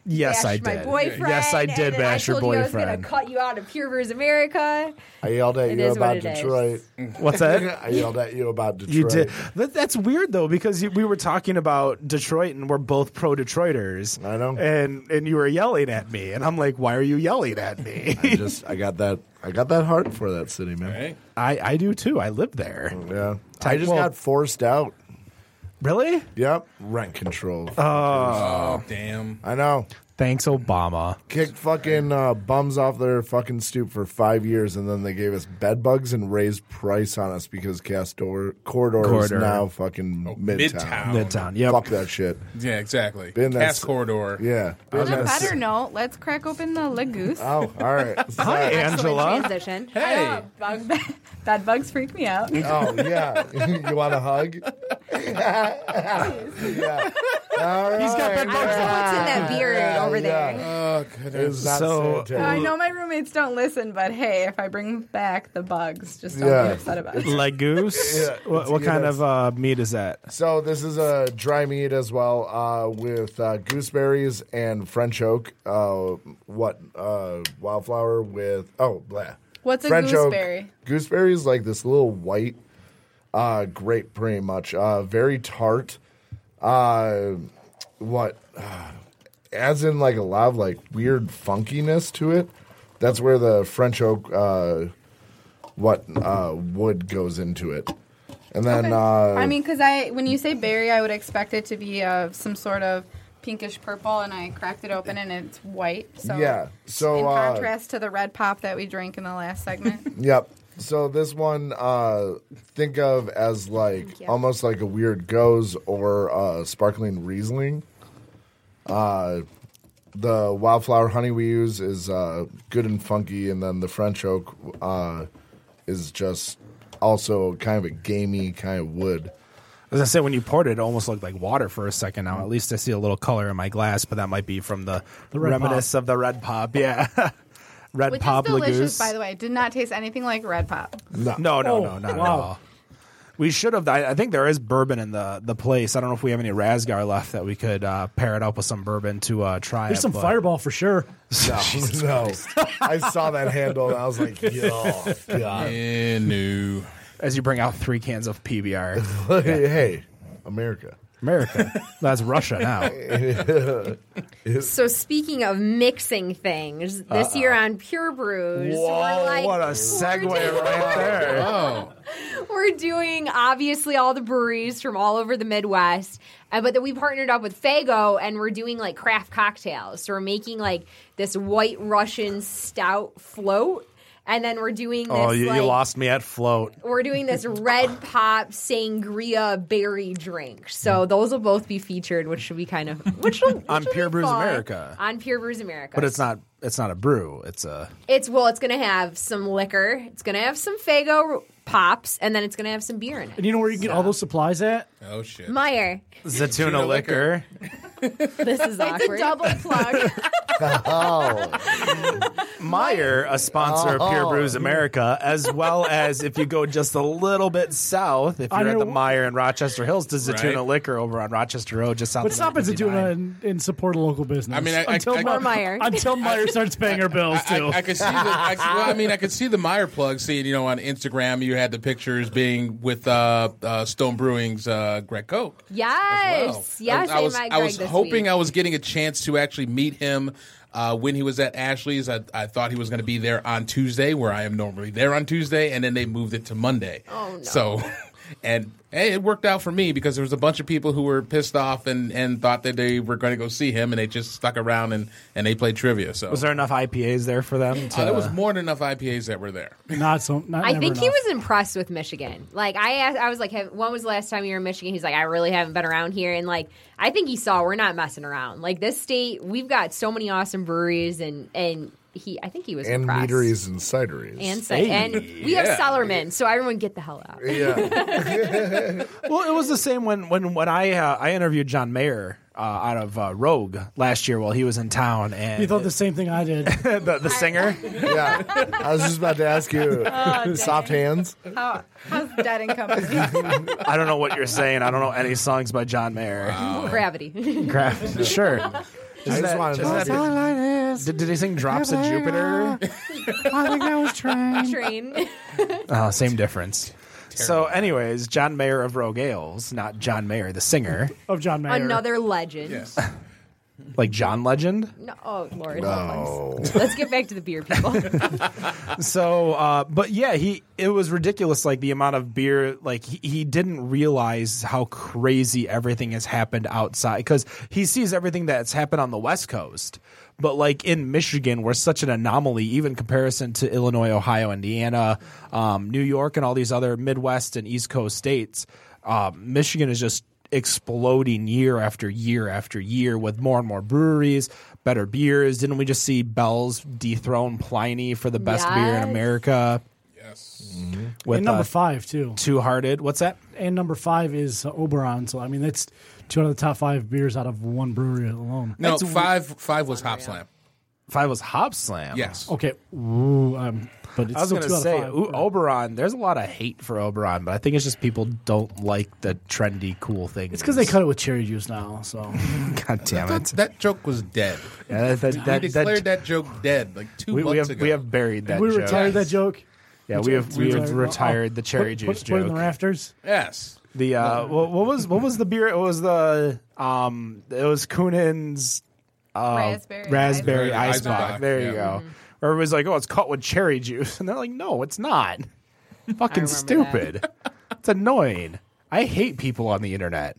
Yes, I
Bashed my
did.
boyfriend,
yes, I
and
did
then
bash
I
your
told You I was
boyfriend.
gonna cut you out of Pure Brews America.
I yelled at
It
you
is what
about
it is.
Detroit.
What's that?
I yelled at Mm-hmm. you about Detroit.
You did. That, that's weird though, because you, we were talking about Detroit, and we're both pro Detroiters.
I know.
And and you were yelling at me, and I'm like, why are you yelling at me?
I just, I got that, I got that heart for that city, man.
Right?
I I do too. I live there.
Yeah. I
Type-
just
well-
got forced out.
Really?
Yep, rent control.
Oh, damn.
I know.
Thanks, Obama.
Kicked fucking uh, bums off their fucking stoop for five years, and then they gave us bed bugs and raised price on us because Castor Corridor,
Corridor.
is now fucking Midtown.
Midtown.
Midtown. Yep.
Oh, Fuck that shit.
Yeah, exactly.
Been that
Cast
s-
corridor.
Yeah.
On a better note, let's crack open the legoose.
Oh, all right.
Hi,
Excellent
Angela.
transition.
Hey,
Bug bed bugs freak me out.
Oh yeah, you want a hug? yeah. All right.
He's got bed
I don't know what's in
Uh,
that beard over there.
oh goodness.
It's not
So-
sanitary.
I know my roommates don't listen, but hey, if I bring back the bugs, just don't
Yeah.
be upset about it.
Legoose.
Yeah,
what
it's-
what
yeah,
kind
that's-
of uh, meat is that?
So this is a dry meat as well uh, with uh, gooseberries and French oak. Uh, what uh, wildflower with oh blah.
What's a
French
gooseberry?
Oak. Gooseberry is like this little white uh, grape, pretty much. Uh, very tart. Uh, what uh, adds in like a lot of like weird funkiness to it. That's where the French oak uh, what uh, wood goes into it, and then
Okay.
uh,
I mean, because I when you say berry, I would expect it to be uh, some sort of pinkish purple, and I cracked it open and it's white. So
Yeah, so,
in
uh,
contrast to the red pop that we drank in the last segment,
Yep. So this one, uh, think of as like
you.
almost like a weird goes or uh, sparkling riesling. Uh, the wildflower honey we use is uh, good and funky, and then the French oak uh, is just also kind of a gamey kind of wood.
As I said, when you poured it, it almost looked like water for a second. Now, at least I see a little color in my glass, but that might be from the,
red
reminisce of the red pop. Yeah, red
which
pop
is delicious,
Legoose.
by the way. Did not taste anything like red pop.
No, no,
Oh,
no, not
wow.
at all. We should have. I, I think there is bourbon in the, the place. I don't know if we have any Rasgar left that we could uh, pair it up with some bourbon to uh, try.
There's
it,
some
but-
fireball for sure.
No, no. I saw that handle and I was like, "Yo, God.
Eh, no.
As you bring out three cans of PBR,
hey, America.
America. That's Russia now.
So speaking of mixing things, this year on Pure Brews, we're like
what a segue right there.
Oh,
we're doing obviously all the breweries from all over the Midwest, uh, but then we partnered up with Fago and we're doing like craft cocktails. So we're making like this white Russian stout float, and then we're doing this
Oh, you,
like,
you lost me at float.
we're doing this red pop sangria berry drink. So those will both be featured, which should be kind of which will
Hmm.
which
On
will be
Pure Brews
fun.
America.
on Pure Brews America,
But it's not. It's not a brew. It's a.
It's well, it's gonna have some liquor, it's gonna have some Fago pops, and then it's gonna have some beer in
And
it.
you know where you can get all those supplies at?
oh shit.
Meyer,
Zatuna liquor.
this
It's
is
a
awkward.
double plug.
Meyer, a sponsor of Pure Brews America, as well as if you go just a little bit south, if
I
you're at the
know-
Meyer in Rochester Hills, to Zatuna
Right.
Liquor over on Rochester Road, just south.
But
of
stop at
959.
Zatuna and, and support a local business.
I mean, I- I-
until
I-
Meyer-
Or
Meyer.
until Meyer starts paying our bills
I,
too.
I, I could see the. I, could- well, I mean, I could see the Meyer plug. Seeing you know on Instagram, you had the pictures being with uh, uh, Stone Brewing's uh, Greg Koch.
yes,
Wow.
yes,
I, I was,
they met
I
Greg
was
this
hoping
week.
I was getting a chance to actually meet him uh, when he was at Ashley's. I, I thought he was going to be there on Tuesday, where I am normally there on Tuesday, and then they moved it to Monday.
Oh, no.
So, and hey, it worked out for me because there was a bunch of people who were pissed off and, and thought that they were going to go see him, and they just stuck around and, and they played trivia. So
Was there enough IPAs there for them? To,
Uh, there was more than enough IPAs that were there.
not so. Not,
I
never
think he
enough.
was impressed with Michigan. Like I asked, I was like, have, "When was the last time you were in Michigan?" He's like, "I really haven't been around here." And like, I think he saw we're not messing around. Like this state, we've got so many awesome breweries, and and he, I think he was
And
impressed.
meateries and cideries.
and so, and we have Sellerman, so everyone get the hell out.
yeah.
Well, it was the same when when when I uh, I interviewed John Mayer uh, out of uh, Rogue last year while he was in town, and
You thought the same thing I did.
the, the singer.
Yeah, I was just about to ask you. soft hands.
How, how's Dead and Company?
I don't know what you're saying. I don't know any songs by John Mayer.
Gravity.
Craft, sure.
I just wanted to
Isn't
know.
that- did, did he sing "Drops of Jupiter"?
I think that was train.
Train.
Oh, same difference. So, anyways, John Mayer of Rogue Ales, not John Mayer, the singer.
of John Mayer.
Another legend.
Yes.
like John Legend.
No, oh Lord, help us. let's get back to the beer people.
So, uh, but yeah, he it was ridiculous. Like the amount of beer, like he, he didn't realize how crazy everything has happened outside because he sees everything that's happened on the West Coast, but like in Michigan, we're such an anomaly, even comparison to Illinois, Ohio, Indiana, um, New York, and all these other Midwest and East Coast states. Um, Michigan is just exploding year after year after year with more and more breweries, better beers. Didn't we just see Bell's dethrone Pliny for the best beer in
Yes.
America
Yes.
with
and number
uh,
five too.
Two Hearted? What's that?
And number five is uh, Oberon. So I mean, that's two out of the top five beers out of one brewery alone.
No, five five was
Oh,
Hop Slam.
Five was Hop Slam.
Yes.
Okay, ooh, um, but it's
I was
still
going to
two out of
say
five.
ooh, oh. Oberon. There's a lot of hate for Oberon, but I think it's just people don't like the trendy, cool things.
It's because they cut it with cherry juice now. So
God damn
That,
it!
that joke was dead.
Yeah, that- that-
We
that-
declared that, joke dead like two
we, we
months
have
ago.
we have buried that.
we
joke.
retired that
Yes.
joke.
Yeah, we have we have
Retired-
retired
oh,
the cherry
put-
juice
put, Put it in the
joke.
rafters.
yes.
The uh, what, what was what was the beer? It was the um, it was Kunin's
Um,
raspberry.
raspberry
Raspberry
ice
Eisenbach,
box. There you
yeah.
go.
Mm-hmm.
Where everybody's like, "Oh, it's cut with cherry juice," and they're like, "No, it's not. Fucking
remember
stupid. it's annoying. I hate people on the internet.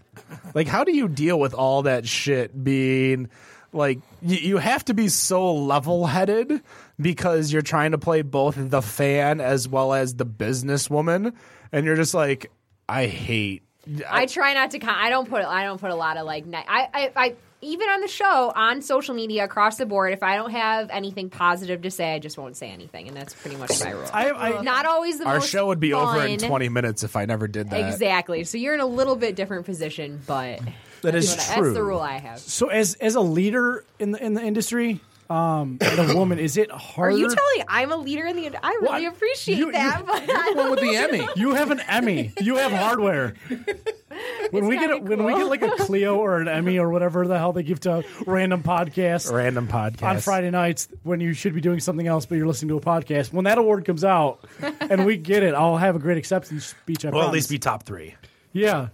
Like, how do you deal with all that shit being?" Like you, you have to be so level-headed because you're trying to play both the fan as well as the businesswoman, and you're just like, I hate.
I try not to. Con- I don't put. I don't put a lot of like. ni- I, I. I. Even on the show, on social media, across the board, if I don't have anything positive to say, I just won't say anything, and that's pretty much my rule.
I, I,
Not always the
Our
most
show would be over in
fun.
20 minutes if I never did that.
Exactly. So you're in a little bit different position, but
That is
that's what I-
true.
That's the rule I have.
so as as a leader in the in the industry, um, and a woman, is it
Are
harder?
you telling? I'm a leader in the. ind- I really
Well, I-
appreciate
you-
that,
you-
but I
One with the Emmy.
You have an Emmy. You have hardware. When we get a,
kinda
when we
cool.
get like a Clio or an Emmy or whatever the hell they give to random podcasts
Random podcast
on Friday nights when you should be doing something else but you're listening to a podcast. When that award comes out and we get it, I'll have a great acceptance speech. I
Well, at
promise.
least be top three.
yeah.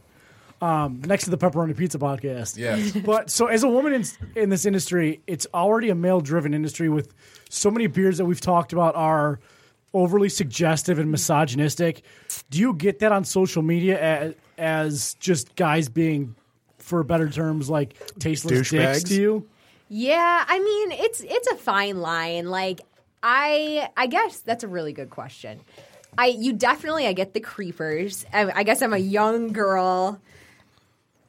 Um, next to the pepperoni pizza podcast.
Yes.
But so as a woman in, in this industry, it's already a male driven industry with so many beers that we've talked about are overly suggestive and misogynistic. Do you get that on social media as, as just guys being for better terms like tasteless dicks
Douchebags?
to you?
Yeah, I mean it's it's a fine line. Like I I guess that's a really good question. I you definitely I get the creepers. I, I guess I'm a young girl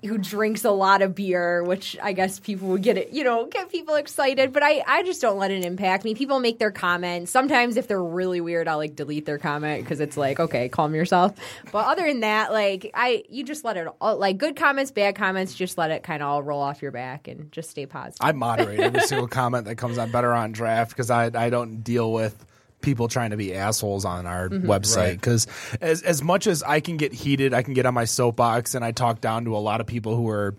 who drinks a lot of beer, which I guess people would get it, you know, get people excited. But I I just don't let it impact me. People make their comments. Sometimes if they're really weird, I'll like delete their comment because it's like okay, calm yourself. But other than that, like I you just let it all like good comments, bad comments, just let it kind of all roll off your back and just stay positive.
I moderate every single comment that comes on Better on Draft because I I don't deal with people trying to be assholes on our website
Right.
because as as much as I can get heated, I can get on my soapbox and I talk down to a lot of people who are.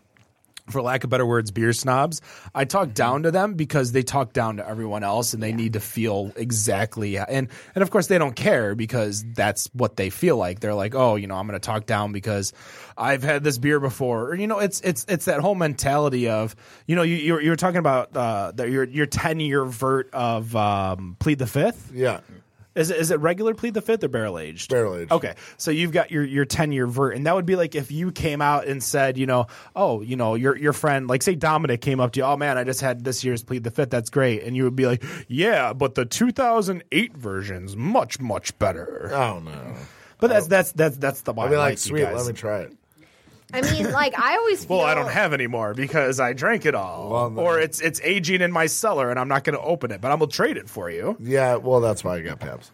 For lack of better words, beer snobs. I talk down to them because they talk down to everyone else, and they need to feel exactly. And and of course, they don't care because that's what they feel like. They're like, oh, you know, I'm going to talk down because I've had this beer before. Or you know, it's it's it's that whole mentality of you know you you were, you were talking about uh, the, your your ten year vert of um, plead the fifth.
Yeah.
Is it, is it regular plead the fifth or barrel aged?
Barrel aged.
Okay, so you've got your your ten year vert, and that would be like if you came out and said, you know, oh, you know, your your friend, like say Dominic came up to you, oh man, I just had this year's plead the fifth, that's great, and you would be like, yeah, but the 2008 version's much much better.
I don't know.
But that's that's that's that's the one.
Uh, I'd be
I
like,
like, you
sweet,
guys."
let me try it.
I mean, like I always feel.
Well, I don't have any more because I drank it all,
Well, then-
or it's it's aging in my cellar, and I'm not going to open it, but I'm going to trade it for you.
Yeah, well, that's why I got Pabs.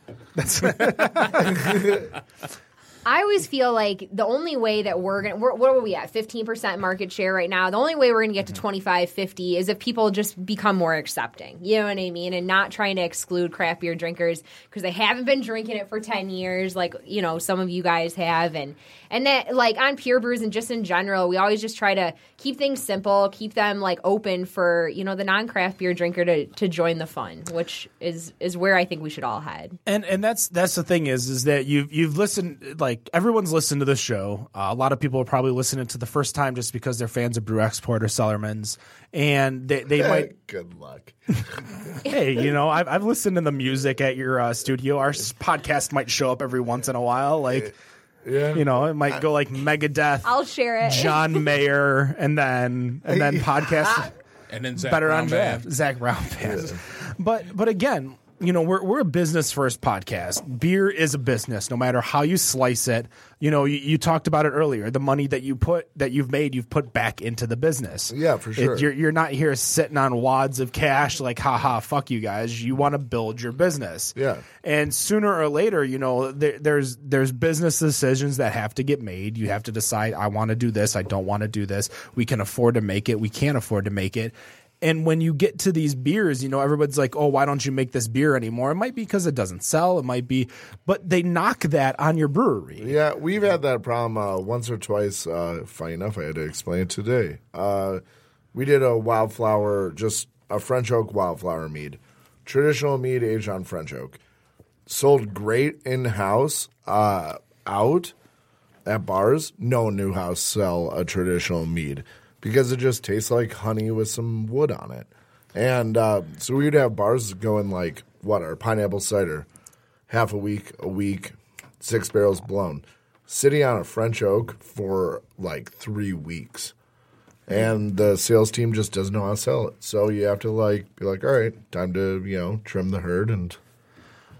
I always feel like the only way that we're gonna we're, what are we at fifteen percent market share right now. The only way we're gonna get to
Mm-hmm.
25, 50 is if people just become more accepting. You know what I mean, and not trying to exclude craft beer drinkers because they haven't been drinking it for ten years, like you know some of you guys have, and and that like on pure brews and just in general, we always just try to keep things simple, keep them like open for you know the non craft beer drinker to to join the fun, which is is where I think we should all head.
And and that's that's the thing is is that you've you've listened like like everyone's listened to this show. Uh, a lot of people are probably listening to the first time just because they're fans of Brew Export or Sellerman's, and they they might
Good luck.
hey, you know, I've, I've listened to the music at your uh, studio. Our s- podcast might show up every once in a while. Like, you know, it might go like Megadeth,
I'll share it.
John Mayer, and then and then podcast
And then Zach
better
Brown
on
Band.
draft. Zach Brown fans. But but again, you know, we're we're a business first podcast. Beer is a business, no matter how you slice it. You know, you, you talked about it earlier. The money that you put that you've made, you've put back into the business.
Yeah, for sure.
you're you're not here sitting on wads of cash like, haha, fuck you guys. You want to build your business.
Yeah.
And sooner or later, you know, there, there's there's business decisions that have to get made. You have to decide I want to do this, I don't want to do this. We can afford to make it, we can't afford to make it. And when you get to these beers, you know, everybody's like, "Oh, why don't you make this beer anymore?" It might be because it doesn't sell, it might be, but they knock that on your brewery.
Yeah, we've had that problem uh, once or twice. Uh, funny enough, I had to explain it today. Uh, we did a wildflower, just a French oak wildflower mead, traditional mead aged on French oak. Sold great in house, uh, out at bars. No one knew how to sell a traditional mead because it just tastes like honey with some wood on it. And uh, so we'd have bars going like what our pineapple cider half a week, a week, six barrels blown, sitting on a French oak for like three weeks. And the sales team just doesn't know how to sell it. So you have to like be like, all right, time to, you know, trim the herd and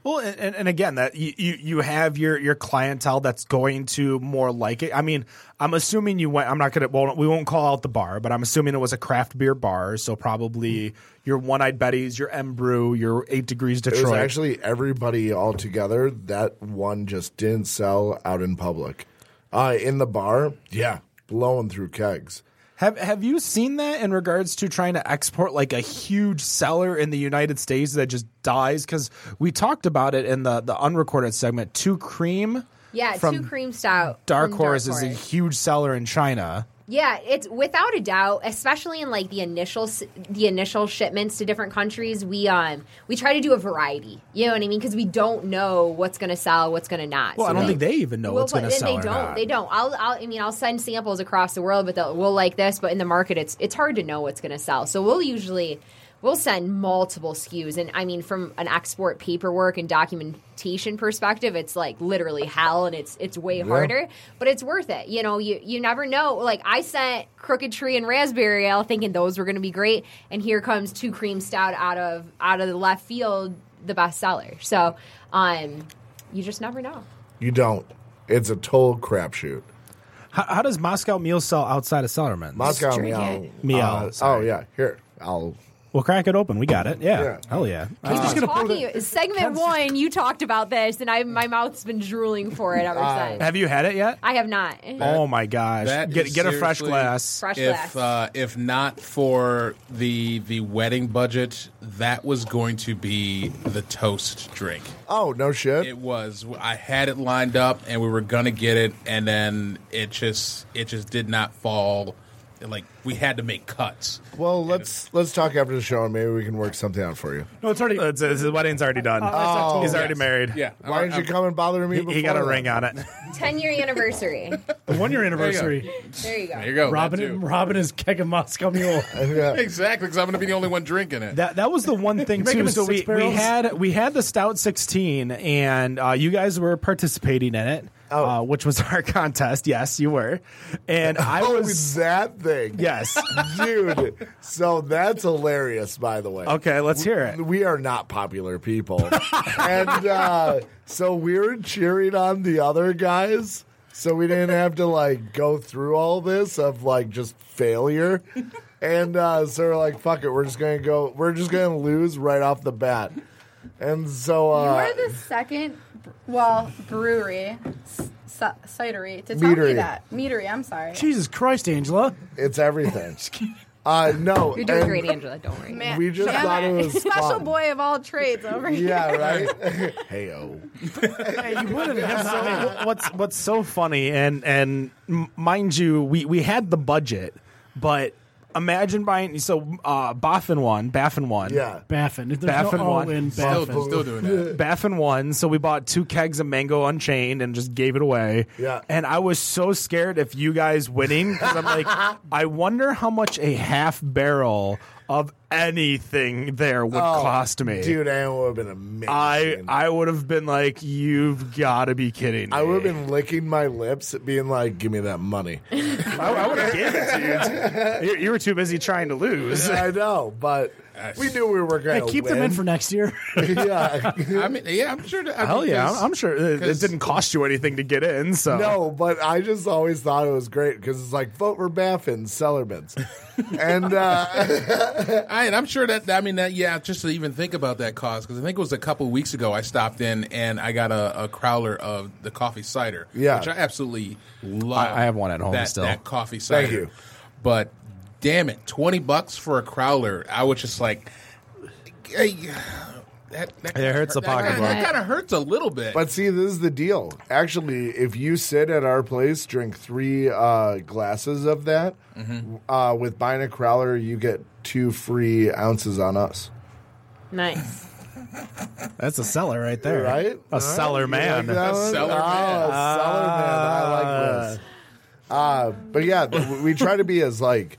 Well, and, and, and again, that you, you you have your your clientele that's going to more like it. I mean, I'm assuming you went. I'm not gonna. Well, we won't call out the bar, but I'm assuming it was a craft beer bar. So probably your One Eyed Betty's, your M Brew, your Eight Degrees
Mm-hmm. it was
Detroit.
actually everybody all together. That one just didn't sell out in public. Uh, in the bar, yeah, blowing through kegs.
have Have you seen that in regards to trying to export like a huge seller in the United States that just dies? Because we talked about it in the the unrecorded segment. Two Cream,
Yeah,
From
two cream stout.
Dark
from
Horse is a
Horse.
huge seller in China.
Yeah, it's without a doubt, especially in like the initial s- the initial shipments to different countries. We um we try to do a variety. You know what I mean? Because we don't know what's going to sell, what's going to not.
Well, I
So
don't think they even know
well,
what's
but
going to
then
sell.
they
or
don't.
not.
They don't. I'll, I'll. I mean, I'll send samples across the world, but they'll, we'll like this. But in the market, it's it's hard to know what's going to sell. So we'll usually we'll send multiple SKUs, and I mean, from an export paperwork and documentation perspective, it's like literally hell, and it's it's way harder. But it's worth it. You know, you you never know. Like I sent Crooked Tree and Raspberry Ale, thinking those were going to be great, and here comes two cream stout out of out of the left field, the best seller. So, um, you just never know.
You don't. It's a total crapshoot.
How, how does Moscow Mule sell outside of Sellerman's?
Moscow
drink
meow.
it.
Meow,
Uh, oh
sorry.
yeah, here I'll.
we'll crack it open. We got it. Yeah.
Yeah.
Hell yeah.
I'm just gonna Uh, talking, segment one, you talked about this, and I my mouth's been drooling for it ever since.
Uh, Have you had it yet?
I have not.
oh my gosh.
that
Get
is
get a fresh
seriously-
glass.
Fresh
if
glass.
uh, if not for the the wedding budget, that was going to be the toast drink.
Oh no shit.
It was. I had it lined up, and we were gonna get it, and then it just it just did not fall. Like we had to make cuts.
well, let's let's talk after the show and maybe we can work something out for you.
No, it's already.
It's, it's- the wedding's already done.
Oh.
He's already married.
Yeah.
Why didn't you come and bother me?
He, he got a ring on it.
Ten year anniversary.
the one year anniversary.
There you go.
There you go. that
Robin,
too.
Robin is keg of Moscow Mule.
Yeah.
Exactly, because I'm going to be the only one drinking it.
That that was the one thing
making
too.
the
So we,
six
we
barrels?
had we had the stout sixteen, and uh, you guys were participating in it, uh, which was our contest. Yes, you were, and I
Oh,
was.
that thing.
Yes.
Dude, so that's hilarious, by the way.
Okay, let's hear it.
We are not popular people. and uh, so we were cheering on the other guys. So we didn't have to like go through all this of like just failure. And uh, so we're like, fuck it, we're just gonna go we're just gonna lose right off the bat. And so
You
uh
are the second, br- well, brewery, s- c- cidery to tell me
Meadery.
that. Meadery, I'm sorry.
Jesus Christ, Angela.
it's everything. Uh no
You're doing
and-
great, Angela. Don't worry.
Man,
We just
damn
thought it was
Special
fun.
boy of all trades over here.
Yeah, right? hey oh.
Wh- what's what's so funny and and m- mind you we we had the budget but imagine buying so uh, Boffin one, Baffin one,
Yeah.
Baffin. If there's
Baffin
no
one.
all in
Still,
Baffin.
still doing that.
Baffin won, so we bought two kegs of mango unchained and just gave it away.
Yeah.
And I was so scared if you guys winning because I'm like, I wonder how much a half barrel of anything there would cost me.
Oh, Dude, that would have been amazing.
I I would have been like, you've got to be kidding.
I
me."
would have been licking my lips, being like, "Give me that money."
I, I would have gave it to you. you. You were too busy trying to lose.
I know, but we knew we were going
Yeah,
to
keep
win.
them in for next year.
yeah,
I mean, yeah, I'm sure. That, I
Hell
mean,
yeah,
'cause-
I'm, I'm sure it, it
'cause-
didn't cost you anything to get in. So
no, but I just always thought it was great because it's like vote for Baffin, Sellermans, and uh,
I, and I'm sure that I mean that yeah. Just to even think about that cost because I think it was a couple of weeks ago I stopped in and I got a, a crowler of the coffee cider.
Yeah.
which I absolutely love.
I- I have one at home
that,
still.
That coffee cider.
you.
But damn it, twenty bucks for a crowler. I was just like, hey, that, that kinda
hurts
hurt-
the
that kinda-
pocketbook.
That kind of hurts a little bit.
but see, this is the deal. Actually, if you sit at our place, drink three uh, glasses of that uh, with buying a crowler, you get two free ounces on us.
Nice.
that's a seller right there,
Right?
A seller man.
Like that
A
one?
cellar
oh,
man.
cellar man.
Ah.
I like this. Uh, but yeah, th- we try to be as like,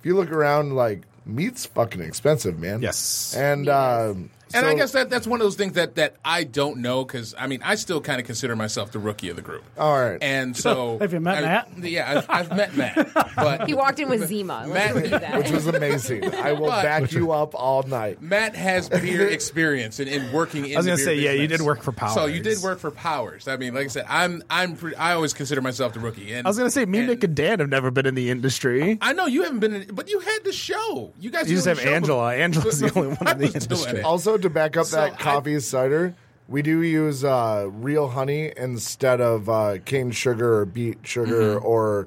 if you look around, like meat's fucking expensive, man.
Yes.
and um,
and I
so-
guess that that's one of those things that, that I don't know because I mean I still kind of consider myf the rookie of the group.
All right.
and so
Have you met
I-
Matt?
Yeah, I've, I've met Matt, but
He walked in with Zima. Let's
Matt-
do that.
which was amazing. I will
But-
back you up all night.
Matt has beer experience and in, working. In
was
the
gonna
beer
say, yeah, you
business.
did work for
So you did
Powers.
work for Powers. I mean, like I said, I'm I'm pre- I always consider myself the rookie. And
I was gonna say, me,
and-
Nick, and Dan have never been in the industry.
I know you haven't been, in, but you had the show. You guys
You just
doing
have
the show
Angela. Angela's the only one
I
in the
was doing
industry.
it.
Also, to back up
So
that
I-
coffee cider, we do use uh, real honey instead of uh, cane sugar or beet sugar
Mm-hmm.
or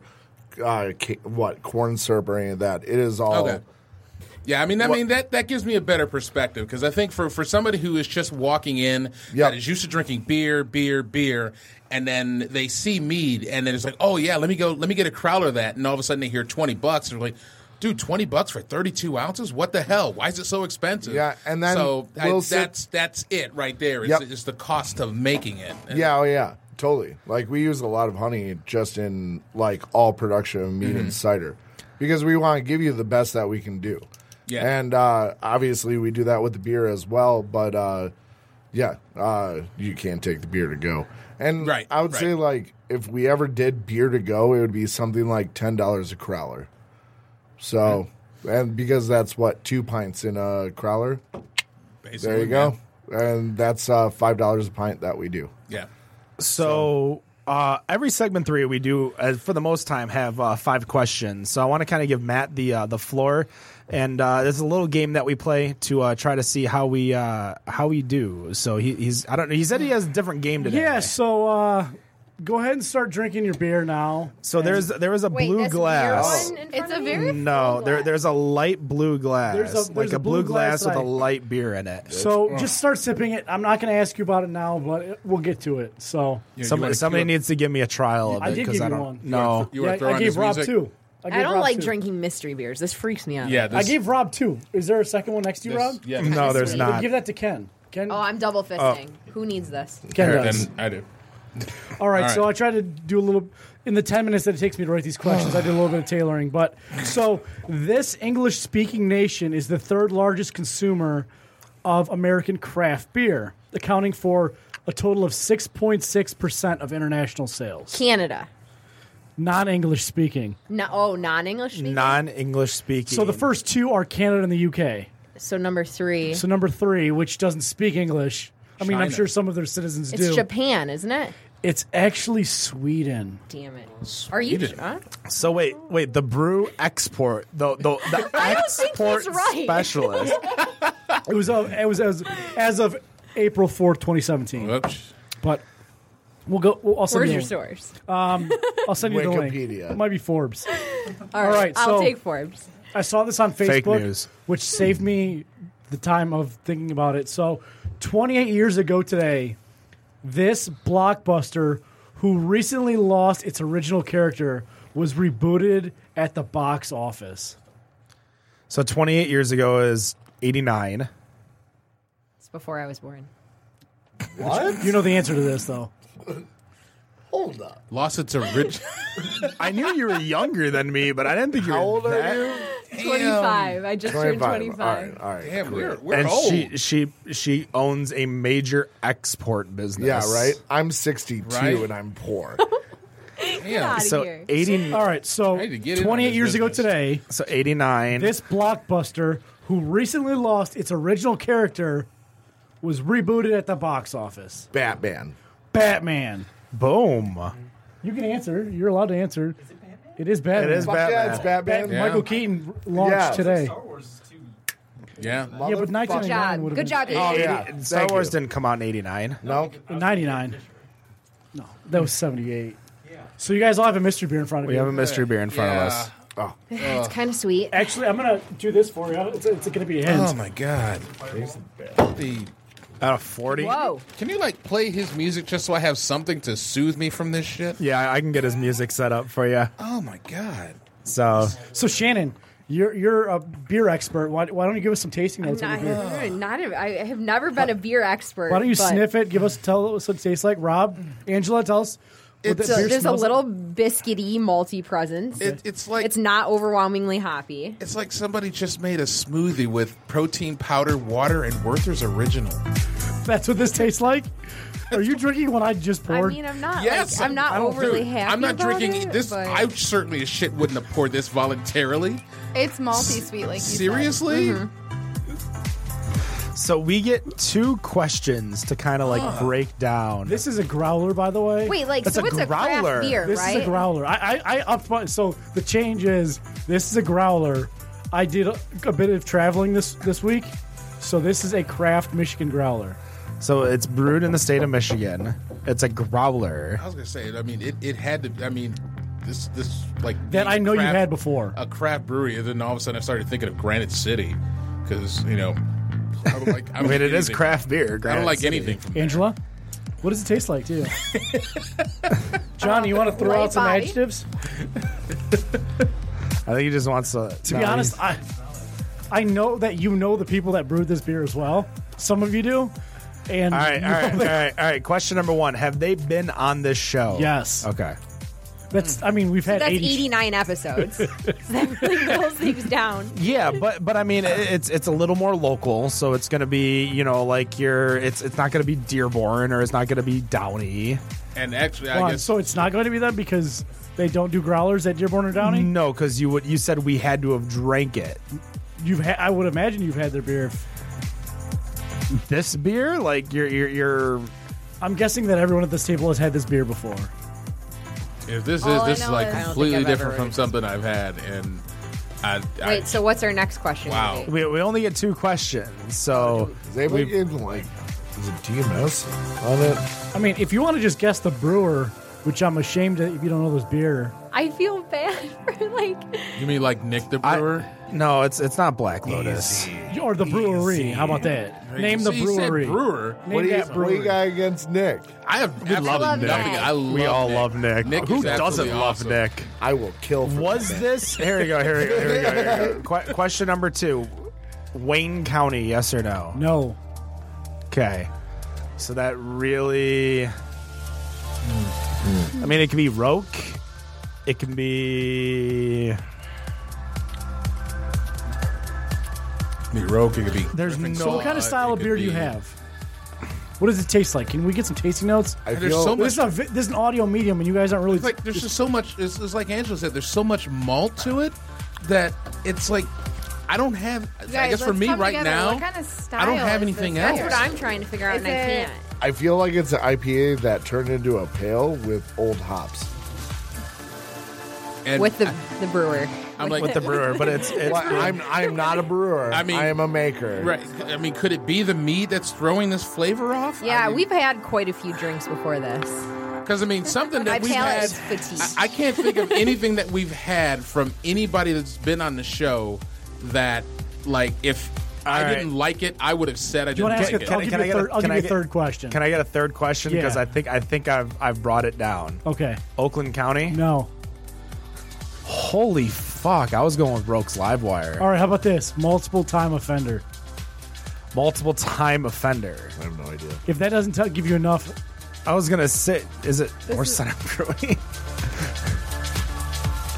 uh, ca- what corn syrup or any of that. It is all.
Okay. Yeah, I mean, I mean that, that gives me a better perspective because I think for, for somebody who is just walking in
Yep.
that is used to drinking beer, beer, beer, and then they see mead and then it's like, oh yeah, let me go, let me get a crowler of that, and all of a sudden they hear twenty bucks and they're like, dude, twenty bucks for thirty two ounces? What the hell? Why is it so expensive?
Yeah, and then
so I-
we'll sit-
that's that's it right there. It's,
Yep.
it's the cost of making it. And-
Yeah, oh yeah, totally. Like we use a lot of honey just in like all production of meat
Mm-hmm.
and cider because we want to give you the best that we can do.
Yeah.
and uh, obviously we do that with the beer as well. But uh, yeah, uh, you can't take the beer to go. And
Right,
I would say
right.
like if we ever did beer to go, it would be something like ten dollars a crowler. So. And because that's what two pints in a crowler. There
basically,
you go,
man.
and that's uh, five dollars a pint that we do.
Yeah.
So uh, every segment three we do, uh, for the most time, have uh, five questions. So I want to kind of give Matt the uh, the floor, and uh, there's a little game that we play to uh, try to see how we uh, how we do. So he, he's I don't know. He said he has a different game today.
yeah, so uh, go ahead and start drinking your beer now.
So there's there is a
Wait,
blue
that's
glass.
Oh.
Your one in front
It's a
of me?
Mm.
very
No,
full
there,
glass.
there's a light blue glass,
There's a-
like
there's
a
a
blue
blue
glass
glass
with a
I-
light beer in it.
So just
Oh.
start sipping it. I'm not going to ask you about it now, but it- we'll get to it. So
You- you
Somebody,
wanna
somebody
cue-
needs to give me a trial of
I
it
did
because
give
I
you
don't
one.
you wanna-
know.
you wanna
Yeah,
throw
I
on
gave
this
Rob
music?
two. gave
I don't
Rob
like
two.
drinking mystery beers. This freaks me out.
Yeah, this,
I gave Rob two. Is there a second one next to you,
this-
Rob?
Yeah,
No, there's
Sweet.
Then
not.
Give that to Ken. Ken,
Oh, I'm double fisting. Who needs this?
Ken
Here,
does.
then I do.
All right,
All
so
right.
I tried to do a little in the 10 minutes that it takes me to write these questions. I did a little bit of tailoring, but so this English speaking nation is the third largest consumer of American craft beer, accounting for a total of 6.6% of international sales.
Canada.
Non English speaking.
No, oh, non-English. speaking?
Non-English speaking.
So the first two are Canada and the UK.
so number three.
So number 3, which doesn't speak English. I mean, I'm
China.
sure some of their citizens
it's
do.
Japan, isn't it?
It's actually Sweden.
Damn it. Are you?
Sweden.
Huh?
So wait, wait. The brew export, the the, the
think
export
he's right.
specialist.
It was uh, it was as as of April 4th, 2017.
Whoops.
But we'll go. We'll, I'll send
Where's
you.
your
the link.
source?
I'll send you the
Wikipedia.
link. It might be Forbes.
All
right,
I'll
so-
take Forbes.
I saw this on Facebook,
Fake news.
which saved me the time of thinking about it. So, 28 years ago today, this blockbuster, who recently lost its original character, was rebooted at the box office.
So 28 years ago is 89.
It's before I was born.
What?
You know the answer to this, though.
Hold up.
Lost it to Rich.
I knew you were younger than me, but I didn't think you were
How old
that.
are you?
25. I just turned 25.
All right. All right.
Damn, we're, we're
And
old.
Oh.
she she she owns a major export business.
Yeah, right. I'm 62
Right.
and I'm poor.
Get
Damn.
out
So
of here.
80
All right, so
I need to get in on
28
this
years ago
business.
today,
so 89.
this blockbuster, who recently lost its original character, was rebooted at the box office.
Batman.
Batman.
boom.
You can answer. You're allowed to answer. It is Batman.
It is
Fuck
Batman.
yeah, it's Batman.
Bat- Michael Keaton launched
Yeah.
today. Yeah,
Yeah.
but
Good
1999
job.
would
Good
have
job.
Oh,
Ian.
yeah.
Star
Thank
Wars
you.
didn't come out in 89.
No.
been 99. No, Oh. that was 78. So you guys all have a mystery beer in front of
We
you.
have a mystery beer in front
Yeah.
of us.
It's kind of sweet.
Actually, I'm gonna do this for you. It's, it's gonna be a hint.
Oh my god. The-
Out of 40.
Whoa.
can you like play his music just so I have something to soothe me from this shit?
Yeah, I can get his music set up for you.
Oh my god.
So
so Shannon, you're you're a beer expert. Why, why don't you give us some tasting notes?
Not,
on your beer?
not a, I have never been a beer expert.
Why don't you
but
sniff it? Give us tell us what it tastes like. Rob, Angela, tell us. What
It's
that
a-
beer
There's a
smells like.
little biscuity, malty presence.
It, it's like
it's not overwhelmingly hoppy.
It's like somebody just made a smoothie with protein powder, water, and Werther's original.
That's what this tastes like. Are you drinking what I just
I
poured?
mean, I'm not.
Yes,
like, I'm not
I don't-
overly
dude,
happy.
I'm not
about
drinking
it,
this.
but-
I certainly as shit wouldn't have poured this voluntarily.
It's malty sweet, like you said.
Seriously,
Mm-hmm.
so we get two questions to kind of like break down.
this is a growler, by the way.
Wait, like
That's
so
a
it's a
growler.
craft beer,
This
right?
is a growler. I, I, I upped my, so the change is this is a growler. I did a, a bit of traveling this this week, so this is a craft Michigan growler.
so it's brewed in the state of Michigan. It's a growler.
I was gonna say. I mean, it, it had to. I mean, this this like
That I know you
craft-
had before.
a craft brewery, and then all of a sudden I started thinking of Granite City because you know. I don't like.
I
I, don't
mean,
like
it is
anything.
craft beer.
I don't
Granite
like
City.
anything from
Angela, what does it taste like to you? Johnny, you want to throw
Light
out some
body.
adjectives?
I think he just wants to.
To be honest, I I know that you know the people that brewed this beer as well. Some of you do, and
All right, all right, all right, all right. Question number one: Have they been on this show?
Yes.
Okay.
that's I mean we've had
That's
80
89 episodes. so that really whittles things down.
Yeah, but but I mean, it- it's it's a little more local, so it's gonna be you know like your it's it's not gonna be Dearborn or it's not gonna be Downey.
And actually,
Come
I
on,
guess
so it's not going to be them because they don't do growlers at Dearborn or Downey.
No, because you would you said we had to have drank it. Mm.
You've ha- I would imagine you've had their beer.
This beer, like your your your
I'm guessing that everyone at this table has had this beer before.
if this
All
is
I
this is
know
like
is- I don't think
completely
I've ever
different from
really-
something I've had, and I, I
Wait, so what's our next question?
Wow.
Andy?
we, we only get two questions, so
Is anybody getting, like, is it DMS on it?
I mean, if you want to just guess the brewer, which I'm ashamed that if you don't know this beer,
I feel bad for like.
you mean like Nick the
I,
Brewer?
no, it's it's not Black Lotus.
or the brewery. How about that? Name the
So you said
brewery.
brewer.
Name
What do, you,
that
what do you
brewery.
got against Nick?
I have we
love Nick.
I love
We all
Nick.
love Nick.
Nick
Who
is absolutely
doesn't love
awesome.
Nick?
I will kill for
Was
that.
this here we go, here we go, here we go, here we go. Que- question number two. Wayne County, yes or no?
No,
Okay. So that really I mean it can be Roke. It can be
It could be Roke. It could be.
There's
Griffin
no-
Salt,
what kind of style
it
of
could
beer do you
be-
have? What does it taste like? Can we get some tasting notes?
I
There's
feel
so much.
this is a vi- this is an audio medium, and you guys aren't really.
It's like there's just so much. It's, it's like Angela said. There's so much malt to it that it's like I don't have. I
Guys,
guess for
let's
me
come
right
together.
now,
What kind of
I don't
style
have
is
anything
this?
else.
That's what I'm trying to figure out,
Is
and I
it-
can't.
I feel like it's an IPA that turned into a pale with old hops.
And
With the the brewer,
I'm like
with the brewer, but it's it's
Well, I'm I'm not a brewer.
I mean-
I am a maker.
Right. I mean, could it be the mead that's throwing this flavor off?
yeah,
I mean,
we've had quite a few drinks before this.
Because I mean, something
My
that we've
palate
had.
is fatigued.
I, I can't think of anything that we've had from anybody that's been on the show that, like, if I
All right.
didn't like it, I would have said I
you
didn't
want to ask?
like
A,
it.
I'll
I-
give
can
you
I
a
get a-
third. I'll
can
give
I
you a
get-
third question.
Can I get a third question?
Yeah.
Because I think I think I've I've brought it down.
okay.
Oakland County?
No.
Holy fuck, I was going with Roke's Livewire.
All right, how about this? Multiple time offender.
Multiple time offender.
I have no idea.
If that doesn't tell, give you enough,
I was gonna sit. Is it North Center Brewing?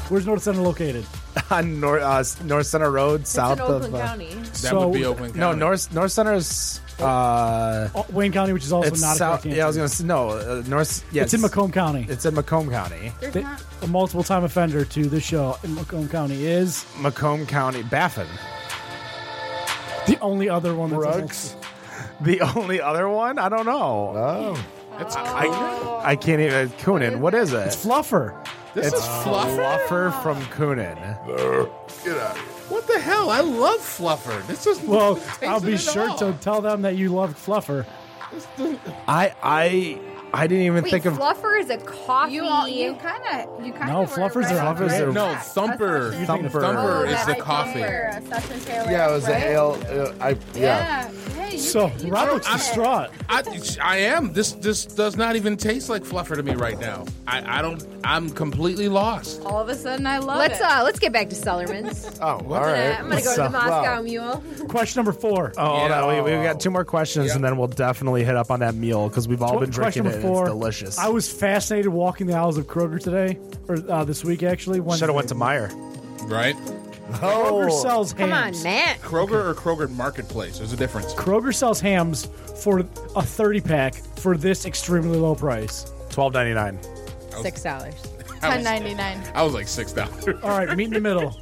where's North Center located?
on North uh, North Center Road, south
it's in Oakland
of uh,
County.
That
So-
would be Oakland
no
County.
North North Center is uh,
Oh, Wayne County, which is also
it's
not
south.
a correct
Yeah, I was
answer.
gonna say no uh, North. Yeah,
It's in Macomb County.
It's in Macomb County.
There's
Th-
not.
a multiple time offender to this show in Macomb County is
Macomb County, Baffin.
the only other one that's a
Rugs.
The only other one, I don't know.
Oh,
It's
I I can't even. Coonan, what is it?
multi- fluffer.
This is Fluffer.
Fluffer from Coonan.
get out.
What the hell? I love Fluffer. This doesn't.
Well,
taste
I'll
it
be
at
sure
all.
to tell them that you loved fluffer.
I I I didn't even
Wait,
think of
Fluffer is a coffee.
You all, you kind of you kind
No,
of
Fluffers are-
Fluffers are-
No, Thumper.
You Oh,
think of
Thumper,
Thumper.
is the coffee.
Yeah, it was the ale. Uh, I yeah.
Yeah. Hey, you,
So
you
Robert's
got it.
distraught.
I, I am. This this does not even taste like Fluffer to me right now. I, I don't. I'm completely lost.
All of a sudden, I love
Let's
it.
uh, let's get back to Sellerman's.
Oh, all right.
I'm gonna go to the
So-
Moscow
wow.
Mule.
Question number four.
Oh,
Yeah.
no, we, we've got two more questions,
Yeah.
and then we'll definitely hit up on that meal because we've all been drinking
question
it.
number
and
four.
It's delicious.
I was fascinated walking the aisles of Kroger today, or uh, this week actually. When
should have went to Oh. Meyer.
Right?
Kroger sells
Come
hams.
on, Matt.
Kroger or Kroger Marketplace. There's a difference.
Kroger sells hams for a 30 pack for this extremely low price.
Twelve ninety nine.
Six dollars.
I
ten
was-
ninety nine,
I was like six dollars.
All right, meet in the middle.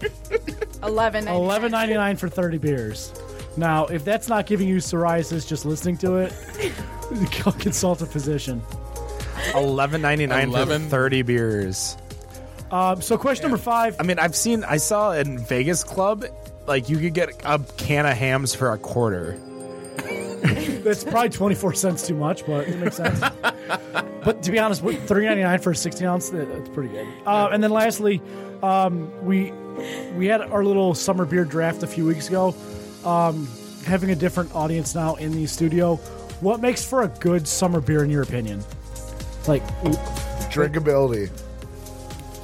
eleven ninety nine.
Eleven ninety nine for thirty beers. Now, if that's not giving you psoriasis, just listening to it, go consult a physician.
Eleven ninety nine for
11.
thirty beers.
Um, so, question number five.
I mean, I've seen. I saw in Vegas Club, like you could get a can of hams for a quarter.
That's probably twenty four cents too much, but it makes sense. but to be honest, three ninety nine for a sixteen ounce, that- that's pretty good. Uh, and then lastly, um, we we had our little summer beer draft a few weeks ago. Um, having a different audience now in the studio. What makes for a good summer beer in your opinion? Like, do
Drinkability.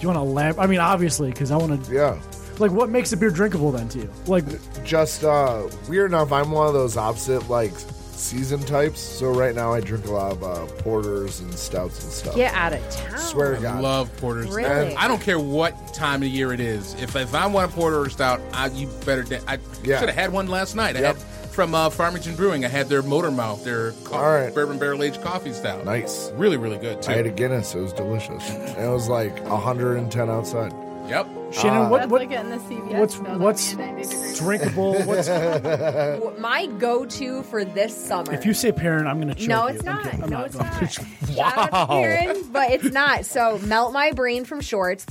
you want to lab? I mean, obviously, because I want to
Yeah.
Like, what makes a beer drinkable then to you? Like,
Just uh weird enough, I'm one of those opposite like season types. So right now I drink a lot of uh, porters and stouts and stuff.
Get out of town.
Swear to
I
God.
love porters.
Really?
I don't care what time of year it is. If if I want a porter or stout, I, you better. da- I
Yeah.
should have had one last night. I
Yep.
had from uh, Farmington Brewing. I had their Motor Mouth, their co-
All right.
bourbon barrel aged coffee stout.
nice.
Really, really good too.
I had a Guinness. It was delicious. And it was like 110 outside.
yep.
Shannon, what,
That's
what
like getting the CVS.
what's
building
what's
at 90 degrees.
drinkable? What's
My go-to for this summer.
if you say parent, I'm gonna choke
no,
you.
it's
I'm
not.
kidding. I'm
no, it's
going
not.
to.
Shout out to Karen, but it's not. So, melt my brain from shorts,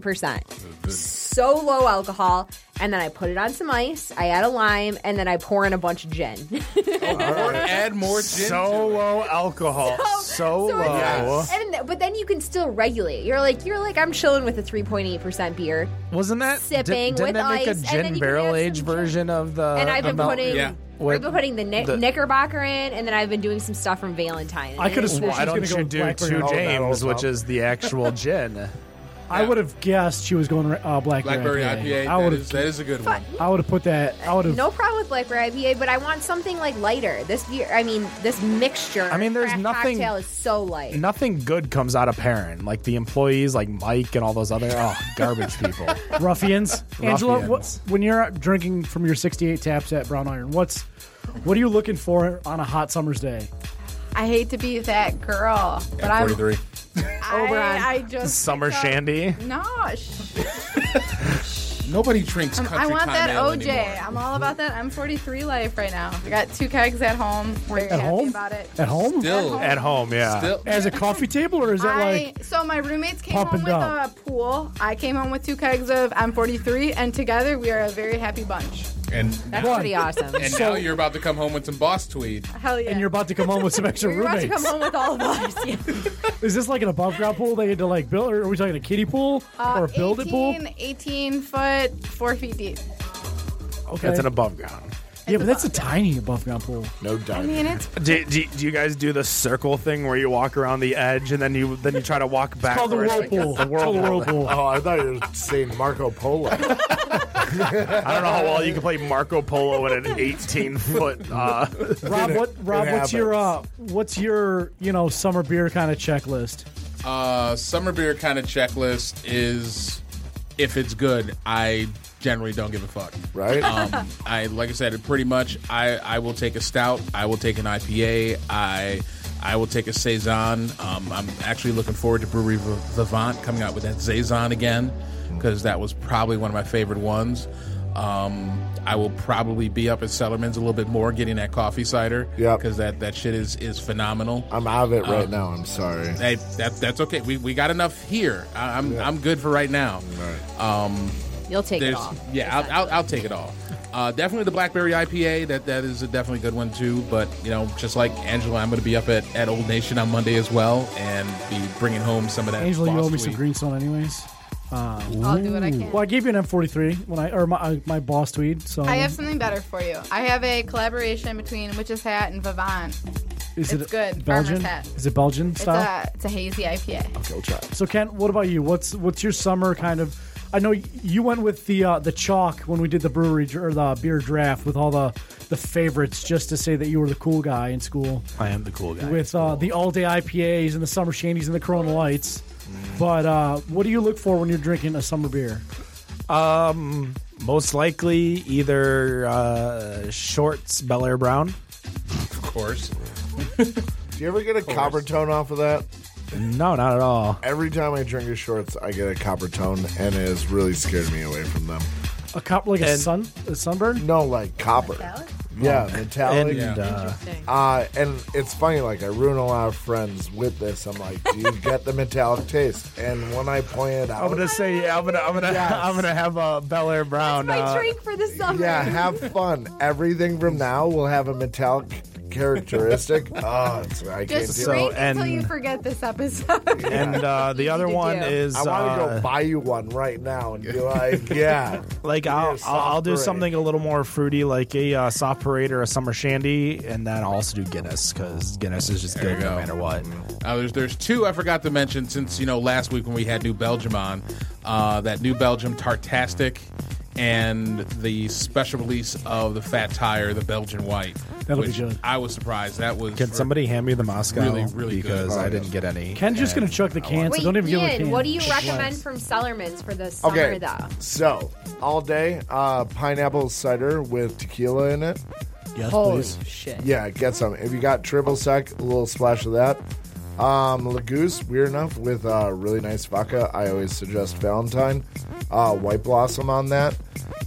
3.8%. So low alcohol. And then I put it on some ice. I add a lime, and then I pour in a bunch of gin.
Or add more gin.
So low alcohol. So,
it's-
low.
And, but then you can still regulate. You're like, you're like, I'm chilling with a 3.8% beer.
Wasn't that
Sipping
Did, didn't
with
that make
ice,
a
and then you
gin
can
barrel
add some
aged
gin.
version of
Uh,
the?
and I've
the
been
mel-
putting,
yeah.
I've been putting the, Ni-
the-
Knickerbocker in, and then I've been doing some stuff from Valentine.
I could have swore
Why
she's gonna
don't
go
you
with
do
blackberry.
two
Oh, that old
James, which
pal.
is the actual gin?
I would have guessed she was going uh, blackberry,
Blackberry IPA.
I
that,
would
is,
have.
that is a good one.
I would have put that. I would have.
No problem with blackberry IPA, but I want something like lighter. This beer, I mean, this mixture.
I mean, there's
craft
nothing-
Cocktail is so light.
Nothing good comes out of Perrin. Like the employees, like Mike and all those other oh garbage people.
Ruffians. Angela, what,
Ruffians.
when you're out drinking from your 68 taps at Brown Iron, what's what are you looking for on a hot summer's day?
I hate to be that girl, but I'm.
Forty-three.
I, I just
Summer
picked up-
shandy.
No, sh-
Nobody drinks country
Um, I want
time
that
ale
OJ.
anymore.
I'm all about that. I'm 43 life right now. I got two kegs at home. Very
At
happy
home?
about it.
At home?
Still,
At home, yeah.
still.
Uh, As a coffee table, or is that
I,
like?
so my roommates came
pump
home
and
with
dump?
a pool. I came home with two kegs of M43, and together we are a very happy bunch.
And,
That's pretty awesome.
and now you're about to come home with some boss tweed.
Hell yeah!
And you're about to come home with some extra
You're about
roommates.
to come home with all of us. Yeah.
Is this like an above ground pool they had to like build, or are we talking a kiddie pool
Uh,
or a build it pool?
18 foot, four feet deep.
Okay,
That's an above ground.
Yeah, but that's a tiny above ground pool.
No doubt.
I mean, it's
Do, do, do you guys do the circle thing where you walk around the edge and then you then you try to walk back?
Called the whirlpool.
The
Called the
whirlpool.
whirlpool.
Oh, I thought you were saying Marco Polo.
I don't know how well you can play Marco Polo in an 18 foot. Uh,
Rob, what Rob,
it
what's your uh, what's your you know summer beer kind of checklist?
Uh, summer beer kind of checklist is if it's good, I generally don't give a fuck.
Right?
uh,
Um, I like I said, pretty much I, I will take a stout, I will take an IPA, I I will take a saison. Um, I'm actually looking forward to Brewery V- Vivant coming out with that saison again because that was probably one of my favorite ones. Um, I will probably be up at Sellerman's a little bit more getting that coffee cider
Yep.
because that, that shit is, is phenomenal.
I'm out of it right
uh,
now. I'm sorry.
Hey, that, that's okay. We, we got enough here. I, I'm I'm good for right now.
You'll take it
There's,
all.
yeah, I'll, I'll, I'll take it all. Uh, definitely the blackberry IPA. That that is a definitely good one too. But you know, just like Angela, I'm going to be up at, at Old Nation on Monday as well, and be bringing home some of that.
Angela, you owe me
Boss
some
Tweed.
Greenstone, anyways.
I'll do what I can.
Well, I gave you an M43 when I or my, uh, my boss tweed. So
I have something better for you. I have a collaboration between Witch's Hat and Vivant.
is
it's good. Farmer's
Belgian?
hat.
Is it Belgian
It's uh,
style?
a, it's a hazy IPA.
So Kent, what about you? What's what's your summer kind of? I know y- you went with the uh, the chalk when we did the brewery dr- or the beer draft with all the the favorites, just to say that you were the cool guy in school
I am the cool guy.
with uh, the all day IPAs and the summer shandies and the Corona Lights.
Mm.
But uh, what do you look for when you're drinking a summer beer?
Most likely either uh, shorts, Bel Air Brown.
of course.
Do you ever get a copper tone off of that?
No, not at all.
Every time I drink your shorts, I get a copper tone, and it has really scared me away from them.
A cup like a
And-
sun a sunburn?
No, like copper. Yeah, metallic.
And uh,
Uh, and it's funny, like I ruin a lot of friends with this. I'm like, do you get the metallic taste? And when I point it out,
I'm gonna say yeah, I'm gonna I'm gonna I'm gonna have a uh, Bel Air Brown.
My
uh,
drink for the summer.
yeah, have fun. Everything from now will have a metallic characteristic. Oh, it's, I can't
Just
do
So,
it.
drink until
and-
you forget this episode.
and uh, the other
to
one
do.
is
I want to
uh,
go buy you one right now and be like, yeah.
like I'll,
soft
I'll I'll do
parade.
something a little more fruity, like a uh, soft parade or a summer shandy, and then I'll also do Guinness because Guinness is just
There
good
you
no
go.
matter what.
Uh, there's there's two I forgot to mention since you know last week when we had New Belgium on, uh, that New Belgium Tartastic, and the special release of the Fat Tire, the Belgian White.
That'll be
which
good.
I was surprised. That was
Can somebody hand me the Moscow?
Really, really good.
because I didn't get any.
Ken's just gonna chuck the can, so
Wait,
don't even give him a
Ian,
can.
what do you recommend from Sellerman's for the summer
Okay.
though?
So, all day, uh, pineapple cider with tequila in it.
Yes,
Holy shit.
Yeah, get some. If you got triple sec, a little splash of that. Um, Lagoose, weird enough, with uh, really nice vodka. I always suggest Valentine. Uh, White Blossom on that.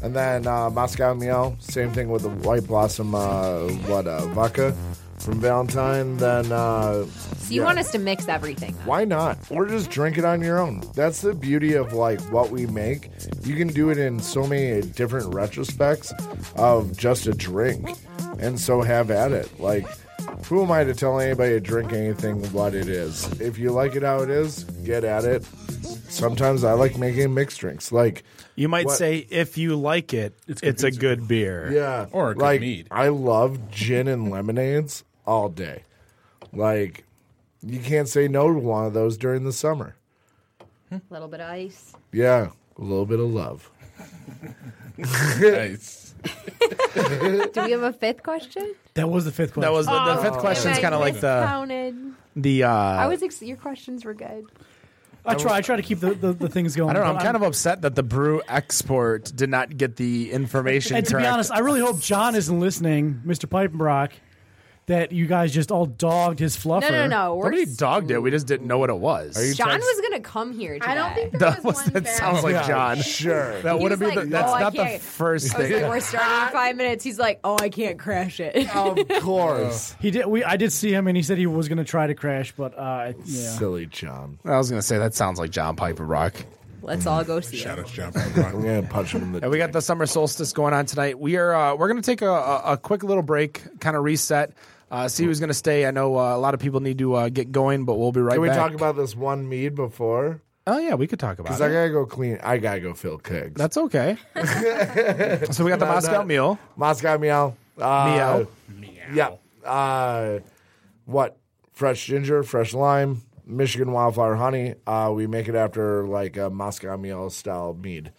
And then uh, Moscow Mule, same thing with the White Blossom, uh, what, uh, vodka from Valentine. Then, uh,
So you
Yeah.
want us to mix everything? Though.
why not? Or just drink it on your own. That's the beauty of like what we make. You can do it in so many different retrospects of just a drink. And so have at it. Like who am I to tell anybody to drink anything what it is? If you like it how it is, get at it. Sometimes I like making mixed drinks. Like
You might
What-
say if you like it, it's, a good beer.
yeah,
Or a good
like
mead.
I love gin and lemonades all day. Like you can't say no to one of those during the summer.
A little bit of ice.
Yeah, a little bit of love.
Nice.
Do we have a fifth question?
That was the fifth question.
That was the, the fifth question's kind of like the
Counted.
the. Uh,
I
I,
was ex- your questions were good.
I try. I try to keep the, the, the things going.
don't know.
but
I'm kind of upset that the brew export did not get the information
And to
correct.
be honest, I really hope John isn't listening, Mr. Pipenbrock, that you guys just all dogged his fluffer.
No, no, no. We're
Nobody dogged it. We just didn't know what it was.
John was gonna come here. Today.
I don't think there
that
was
was
one
that
bad-
sounds like John.
Sure.
That
He
wouldn't be
was
the,
like,
that's
"No, I
not the
can't."
first
I was
thing.
like, we're starting in five minutes. He's like, oh, I can't crash it.
Of course.
He did. We I did see him, and he said he was going to try to crash, but uh, yeah.
Silly John.
I was gonna say that sounds like John Piper Rock.
Let's all go see him.
I'm going to punch him in the
And we got the summer solstice going on tonight. We are uh, we're gonna take a, a, a quick little break, kind of reset, uh, see who's gonna stay. I know uh, a lot of people need to uh, get going, but we'll be right
Can we
back.
talk about this one mead before?
oh yeah, we could talk about
Because
it.
I got to go clean. I got to go fill kegs.
That's okay. so we got the Moscow
that-
Mule.
Moscow Meow, Uh,
Meow.
Meow. Yeah. Uh, what? Fresh ginger, fresh lime, Michigan wildflower honey. Uh, we make it after like a Moscow Mule style mead.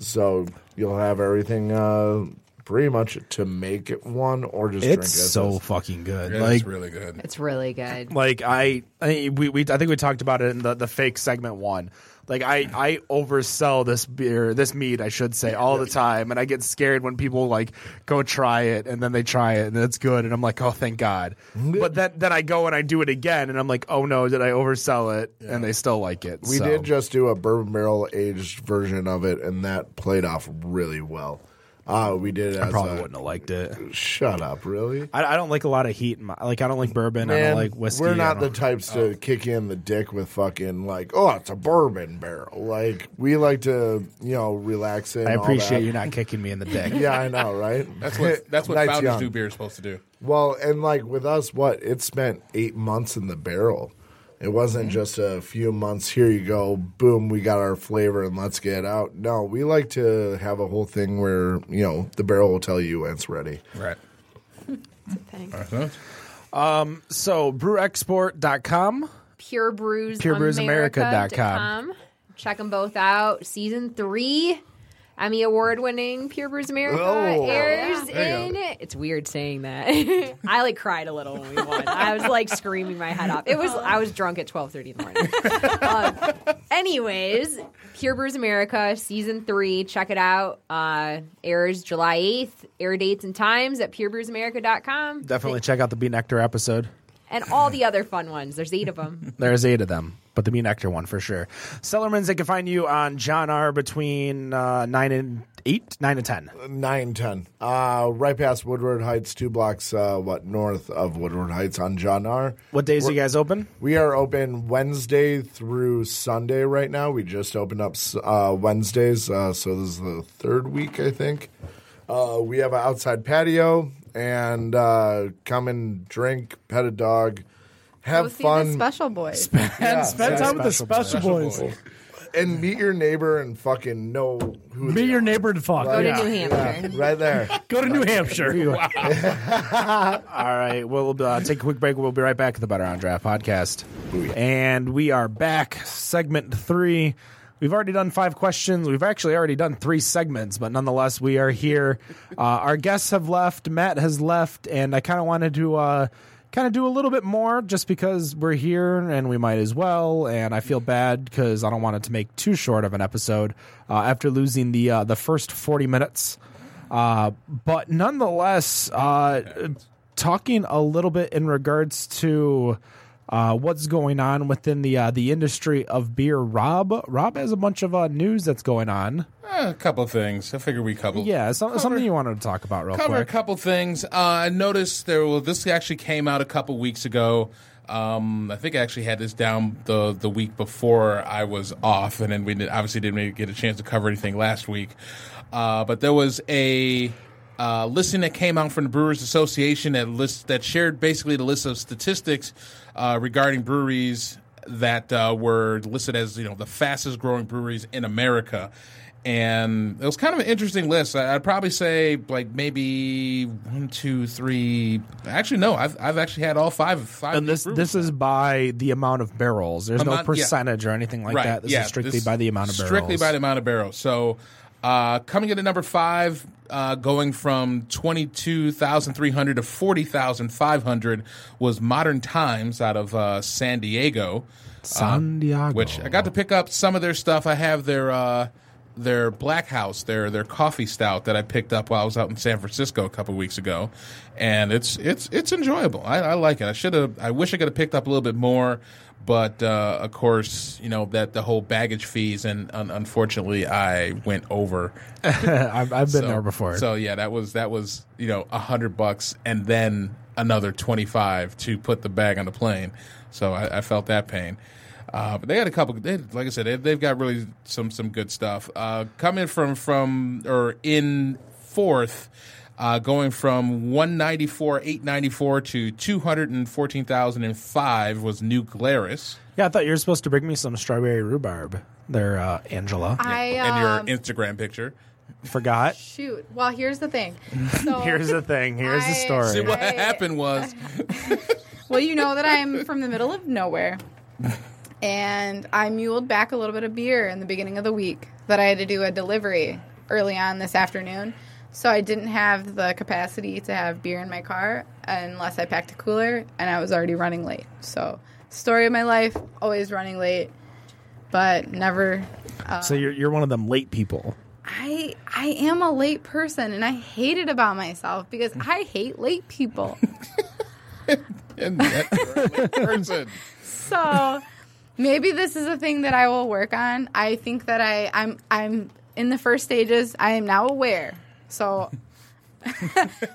So you'll have everything uh, pretty much to make it one or just drink it.
It's so fucking good.
Yeah,
like
that's really good.
It's really good.
like I, I we, we I think we talked about it in the, the fake segment one. Like I, I oversell this beer, this meat, I should say, all the time, and I get scared when people like go try it and then they try it and it's good, and I'm like, oh, thank God.
Mm-hmm.
But then then I go and I do it again, and I'm like, oh no, did I oversell it? And they still like it.
We
so.
did just do a bourbon barrel aged version of it, and that played off really well. Uh, we did it as
I probably
a-
wouldn't have liked it.
Shut up, really?
I, I don't like a lot of heat. In my, like I don't like bourbon. I
Man,
don't like whiskey.
We're
I
not the
don't-
types to kick in the dick with fucking like, oh, it's a bourbon barrel. Like we like to, you know, relax it.
I
and all
appreciate
that.
you not kicking me in the dick.
Yeah, I know, right?
That's what that's what
Night's
founders
young.
do. Beer is supposed to do.
Well, and like with us, what it spent eight months in the barrel. It wasn't just a few months. Here you go, boom, we got our flavor, and let's get it out. No, we like to have a whole thing where you know the barrel will tell you when it's ready.
Right.
So brewexport.com.
Pure Brews
purebrewsamerica.com.
Check them both out. Season three, Emmy Award winning Pure Brews America
Oh.
airs in. It's weird saying that. I like cried a little when we won. I was like screaming my head off. It was I was drunk at twelve thirty in the morning. um, anyways, Pure Brews America season three. Check it out. Uh, airs July eighth. Air dates and times at purebrewsamerica.com
Definitely check out the Bee Nectar episode.
and all the other fun ones. There's eight of them.
There's eight of them, but the Mean Nectar one for sure. Sellermans, they can find you on John R. between uh, 9 and 8, 9 and 10.
Nine ten, uh, right past Woodward Heights, two blocks uh, what north of Woodward Heights on John R.
What days do you guys open?
We are open Wednesday through Sunday right now. We just opened up uh, Wednesdays, uh, so this is the third week, I think. Uh, we have an outside patio, and uh, come and drink, pet a dog, have
Go see
fun,
the special boys.
and spend time with the special, boys.
and meet your neighbor and fucking know who.
Meet
they
your
are.
neighbor and fuck.
Go
Yeah.
to New Hampshire.
right there.
Go to New Hampshire.
All right, we'll uh, take a quick break. We'll be right back at the Better on Draft podcast. And we are back. Segment three. We've already done five questions. We've actually already done three segments, but nonetheless, we are here. Uh, our guests have left. Matt has left, and I kind of wanted to uh, kind of do a little bit more just because we're here and we might as well. And I feel bad because I don't want it to make too short of an episode uh, after losing the uh, the first forty minutes. Uh, but nonetheless, uh, talking a little bit in regards to uh, what's going on within the uh, the industry of beer, Rob. Rob has a bunch of uh, news that's going on.
Eh, a couple of things. I figure we cover.
Yeah, so, something you wanted to talk about real
cover a
quick.
couple things. Uh, I noticed there. Well, this actually came out a couple weeks ago. Um, I think I actually had this down the the week before I was off, and then we did, obviously didn't really get a chance to cover anything last week. Uh, but there was a uh, listing that came out from the Brewers Association that list that shared basically the list of statistics uh, regarding breweries that uh, were listed as you know the fastest growing breweries in America, and it was kind of an interesting list. I- I'd probably say like maybe one, two, three. Actually, no, I've I've actually had all five. five
And this
breweries.
this is by the amount of barrels. There's no
Amount- yeah.
percentage or anything like that. This
yeah,
is strictly
this-
by the amount of
Strictly
barrels.
by the amount of barrels. So, uh, coming in at number five, uh, going from twenty two thousand three hundred to forty thousand five hundred was Modern Times out of uh, San Diego.
San Diego.
uh, which I got to pick up some of their stuff. I have their uh, their Black House, their their coffee stout that I picked up while I was out in San Francisco a couple weeks ago, and it's it's it's enjoyable. I, I like it. I should have. I wish I could have picked up a little bit more, but uh, of course, you know that the whole baggage fees, and un- unfortunately, I went over.
I've, I've been there before.
So yeah, that was that was you know a hundred bucks, and then another twenty five to put the bag on the plane. So I, I felt that pain. Uh, but they had a couple. They, like I said, they, they've got really some some good stuff uh, coming from from or in fourth. Uh, going from 194, 894 to 214,005 was New Glarus.
yeah, I thought you were supposed to bring me some strawberry rhubarb there, uh, Angela.
I
and
um,
your Instagram picture.
Forgot.
Shoot. Well, here's the thing. So
Here's the thing. Here's the
I-
story.
See what
Right.
happened was
Well, you know that I'm from the middle of nowhere. And I muled back a little bit of beer in the beginning of the week that I had to do a delivery early on this afternoon. So I didn't have the capacity to have beer in my car unless I packed a cooler, and I was already running late. So, story of my life always running late, but never.
so you're you're one of them late people.
I, I am a late person, and I hate it about myself because I hate late people.
and that early person.
so maybe this is a thing that I will work on. I think that I I'm I'm in the first stages. I am now aware. So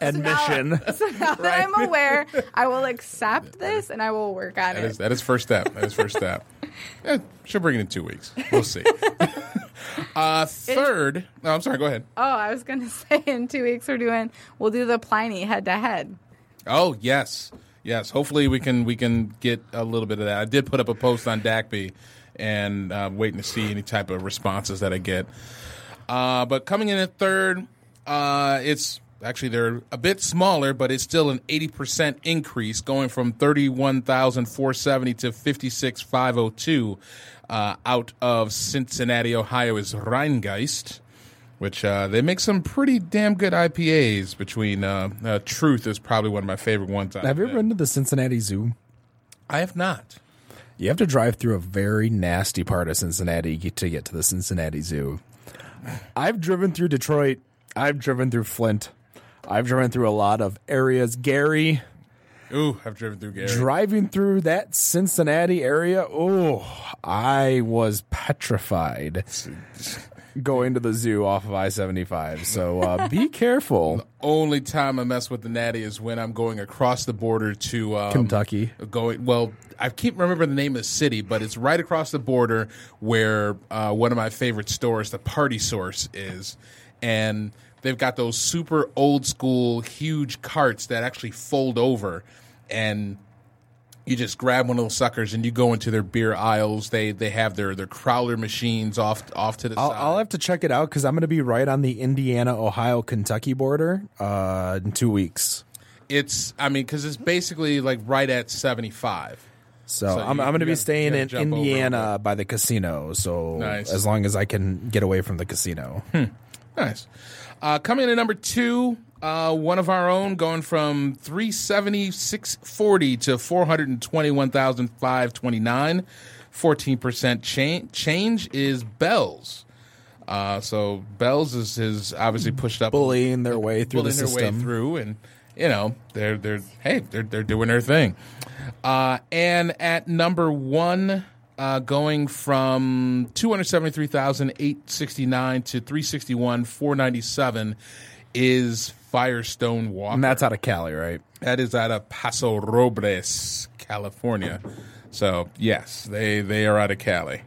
Admission.
so now that I'm aware, I will accept this and I will work on
That is
it.
that is first step. That is first step. Yeah, she'll bring it in two weeks. We'll see. Uh, third, no, I'm sorry. Go ahead.
Oh, I was gonna say in two weeks we're doing we'll do the Pliny head to head.
Oh yes, yes. Hopefully we can we can get a little bit of that. I did put up a post on Dakby, and uh, waiting to see any type of responses that I get. Uh, but coming in at third, uh, it's actually they're a bit smaller, but it's still an eighty percent increase, going from thirty one thousand four seventy to fifty six five zero two. Uh, out of Cincinnati, Ohio, is Rheingeist which uh, they make some pretty damn good IPAs. Between uh, uh, Truth is probably one of my favorite ones. out
Have you
there.
ever been to the Cincinnati Zoo?
I have not.
You have to drive through a very nasty part of Cincinnati get- to get to the Cincinnati Zoo. I've driven through Detroit. I've driven through Flint. I've driven through a lot of areas. Gary,
Ooh, I've driven through Gary.
driving through that Cincinnati area, oh, I was petrified going to the zoo off of I 75. So uh, be careful.
Um,
Only time I mess with the natty is when I'm going across the border to um,
Kentucky.
Going well, I keep remembering the name of the city, but it's right across the border where uh, one of my favorite stores, the Party Source, is, and they've got those super old school huge carts that actually fold over, and you just grab one of those suckers and you go into their beer aisles. They they have their their crowler machines off off to the
I'll,
side.
I'll have to check it out because I'm going to be right on the Indiana Ohio Kentucky border uh, in two weeks.
it's I mean because it's basically like right at seventy five.
So,
So
I'm,
you-
I'm going
you
to be
gotta-
staying
you
in
gotta jump over a little
Indiana by the casino. So
Nice.
as long as I can get away from the casino,
Nice. Uh, coming in at number two, uh, one of our own going from 370, 640 to 421,529. 14% change, change is Bell's. Uh, so Bell's is, is obviously pushed up.
bullying their way through the
Pulling their way
system.
through, and you know they're they're hey they're they're doing their thing. Uh, and at number one, uh, going from two hundred seventy three thousand eight sixty nine to three sixty one four ninety seven is Firestone Walker.
And that's out of Cali, right?
That is out of Paso Robles, California. So yes, they they are out of Cali.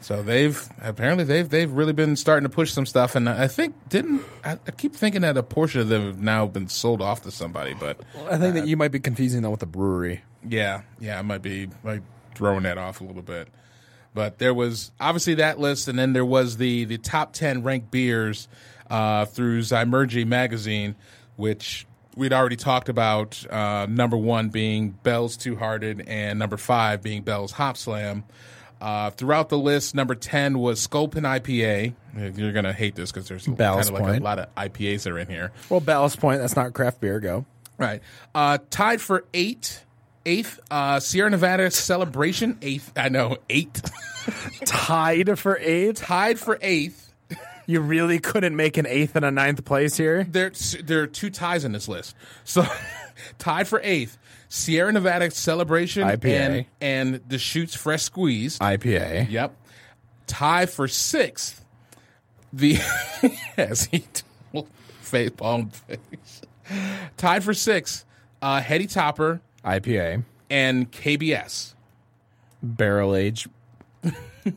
So they've apparently they've they've really been starting to push some stuff, and I think didn't I, I keep thinking that a portion of them have now been sold off to somebody, but
I think that you might be confusing them with the brewery.
yeah, yeah, I might be like throwing that off a little bit. But there was obviously that list, and then there was the the top ten ranked beers uh, through Zymergy magazine, which we'd already talked about. Uh, number one being Bell's Two Hearted, and number five being Bell's Hop Slam. Uh, throughout the list, number ten was Sculpin IPA. You're gonna hate this because there's kind
Bell's
of like a
Point.
lot of IPAs that are in here.
Well, Ballast Point, that's not craft beer. Go.
Right. Uh, tied for eight. Eighth, uh, Sierra Nevada Celebration. Eighth, I know, eight.
Tied for eighth.
Tied for eighth.
You really couldn't make an eighth and a ninth place here.
There, there are two ties in this list. So, tied for eighth, Sierra Nevada Celebration
IPA.
and and Deschutes Fresh Squeeze.
IPA.
Yep. Tie for sixth. The as he told face palm face. Tied for sixth, uh, Hetty Topper
IPA.
and KBS.
Barrel aged.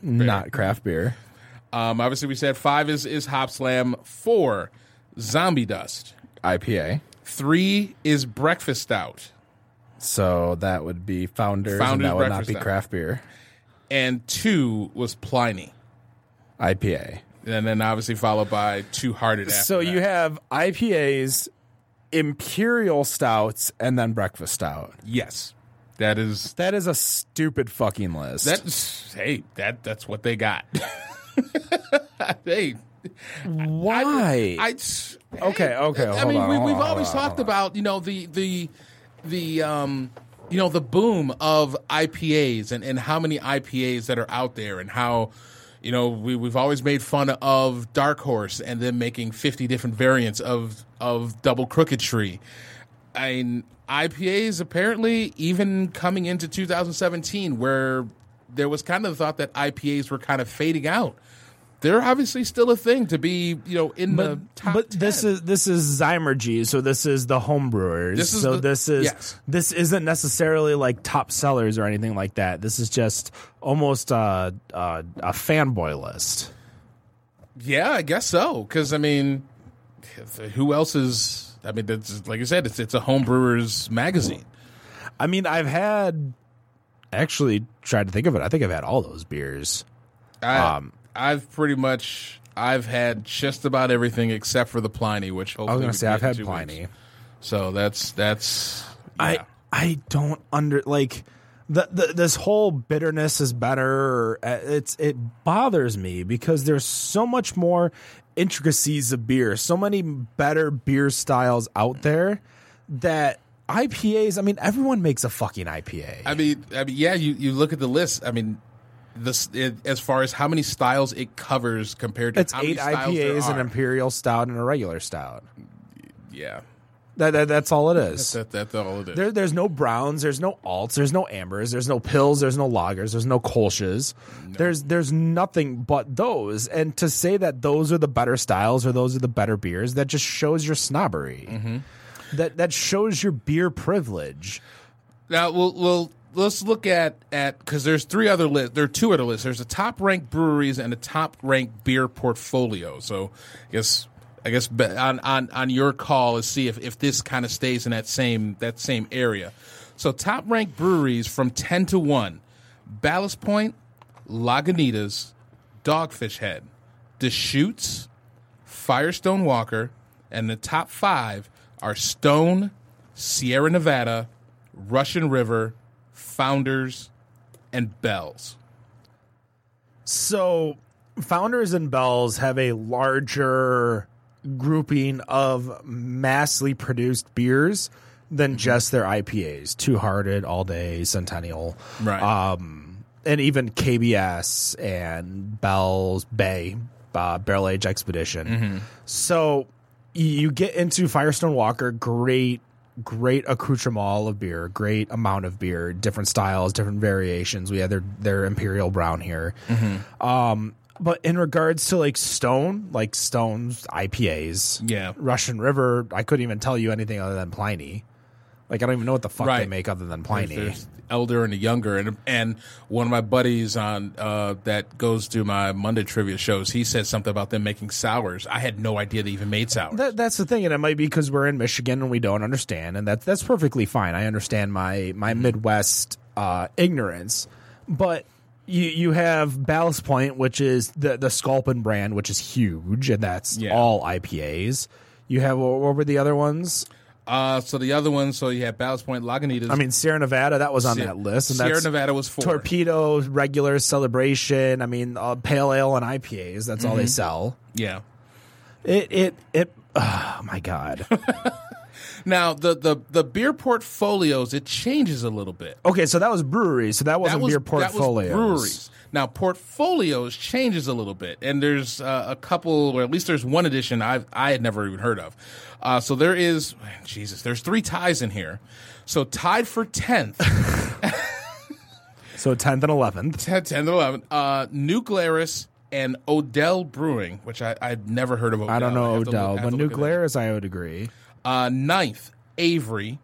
not craft beer.
Um, obviously, we said five is is Hop Slam, four Zombie Dust,
IPA.
three is Breakfast Out,
So that would be Founders,
Founders
and that would not
Breakfast
be
Ale.
craft beer.
and two was Pliny.
IPA.
and then obviously followed by two hearted. After
So you
that.
have IPAs, imperial stouts, and then breakfast stout.
yes, that is
That is a stupid fucking list.
that's hey that that's what they got. hey,
Why?
I
Okay, okay,
I
hold
mean,
on,
we,
hold on,
we've
hold
always
on,
talked about you know the the the um you know the boom of IPAs and and how many IPAs that are out there and how. You know, we, we've always made fun of Dark Horse and them making 50 different variants of, of Double Crooked Tree. I mean, IPAs apparently, even coming into 2017, where there was kind of the thought that IPAs were kind of fading out, they're obviously still a thing to be, you know, in the top.
but this
10.
is this is Zymergy, so this is the homebrewers.
This is
so
the-
this is
yes.
this isn't necessarily like top sellers or anything like that. This is just almost uh, uh, a fanboy list.
Yeah, I guess so. Because I mean, who else is? I mean, that's like I said, it's it's a homebrewers magazine.
I mean, I've had actually tried to think of it. I think I've had all those beers.
I,
Um,
I've pretty much I've had just about everything except for the Pliny, which
I
hopefully
was gonna
we
say
can
I've
get in
had
two
Pliny.
weeks. So that's that's yeah.
I I don't under like the, the this whole bitterness is better. Or, uh, it's it bothers me because there's so much more intricacies of beer, so many better beer styles out there that IPAs. I mean, everyone makes a fucking IPA.
I mean, I mean, yeah. You, you look at the list. I mean, this it, as far as how many styles it covers compared to
it's
how
eight
many styles there
IPAs, an
are.
imperial stout, and a regular stout.
yeah,
That, that that's all it is.
that that's all it is.
There, there's no browns, there's no alts, there's no ambers, there's no pills, there's no lagers, there's no kolsches. There's there's nothing but those. And to say that those are the better styles or those are the better beers, that just shows your snobbery. That that shows your beer privilege.
Now we'll, we'll let's look at at because there's three other lists. There are two other lists. There's the top ranked breweries and the top ranked beer portfolio. So I guess I guess be- on on on your call is see if if this kind of stays in that same that same area. So top ranked breweries from ten to one: Ballast Point, Lagunitas, Dogfish Head, Deschutes, Firestone Walker, and the top five are Stone, Sierra Nevada, Russian River, Founders, and Bells.
So founders and bells have a larger grouping of massively produced beers than just their IPAs. Two Hearted, All Day, Centennial.
Right.
um, and even KBS and Bell's Bay uh, Barrel Age Expedition. So y- you get into Firestone Walker, great, great accoutrement of beer, great amount of beer, different styles, different variations. We had their their Imperial Brown here. Um, but in regards to like Stone, like Stone's IPAs,
Yeah.
Russian River, I couldn't even tell you anything other than Pliny. Like I don't even know what the fuck they
Right.
make other than Pliny.
There's the elder and the younger, and and one of my buddies on uh, that goes to my Monday trivia shows. He said something about them making sours. I had no idea they even made sours.
That, that's the thing, and it might be because we're in Michigan and we don't understand, and that's that's perfectly fine. I understand my my
Mm-hmm.
Midwest uh, ignorance, but you you have Ballast Point, which is the the Sculpin brand, which is huge, and that's
Yeah.
all IPAs. You have what what were the other ones?
Uh, so the other one, so you had Ballast Point, Lagunitas.
I mean, Sierra Nevada that was on that list, and
Sierra
that's
Nevada was four.
torpedo, regular celebration. I mean, uh, pale ale and IPAs. That's
Mm-hmm.
all they sell.
yeah.
It it it. Oh my god.
Now the, the the beer portfolios it changes a little bit.
Okay, so that was breweries. So that wasn't beer portfolios.
That was breweries. Now portfolios changes a little bit, and there's uh, a couple, or at least there's one edition I I had never even heard of. Uh, so there is Jesus. There's three ties in here. So tied for tenth,
So tenth and eleventh.
tenth and eleventh. Uh, Nuclearis and Odell Brewing, which I I'd never heard of. Odell.
I don't know
have to look-
Odell,
I have
but
to look at that.
Nuclearis, I would agree.
Uh, ninth, Avery.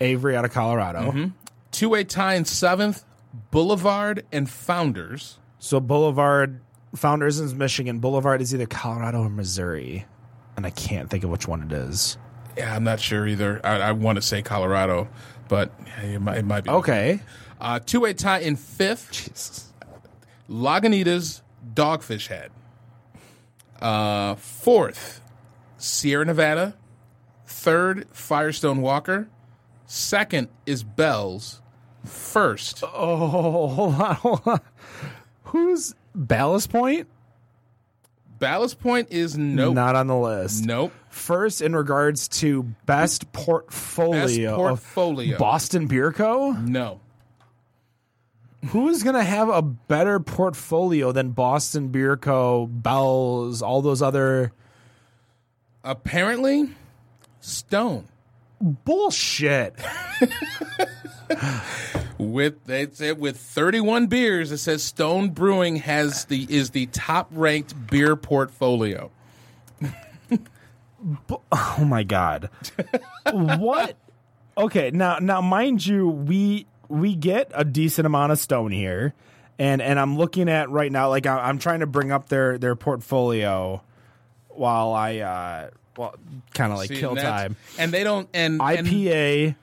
Avery out of Colorado.
Mm-hmm. Two way tie in seventh, Boulevard and Founders.
So Boulevard Founders is Michigan. Boulevard is either Colorado or Missouri, and I can't think of which one it is.
Yeah, I'm not sure either. I, I want to say Colorado, but it might, it might be
Okay,
Uh, two way tie in fifth. Lagunitas, Dogfish Head. Uh, fourth, Sierra Nevada. Third, Firestone Walker. Second is Bell's. First,
Oh, hold on, hold on. Who's Ballast Point?
Ballast Point is nope.
Not on the list.
nope.
First, in regards to best portfolio,
Best
of
portfolio.
Boston Beer Co.
No.
Who's gonna have a better portfolio than Boston Beer Co. Bells, all those other
Apparently, Stone.
bullshit?
With they said with 31 beers, it says Stone Brewing has the is the top ranked beer portfolio.
Oh my god. what? Okay, now now mind you, we we get a decent amount of stone here. And and I'm looking at right now like I, I'm trying to bring up their their portfolio while I uh well kind of like
See,
kill
and that's-
time.
And they don't and and-
IPA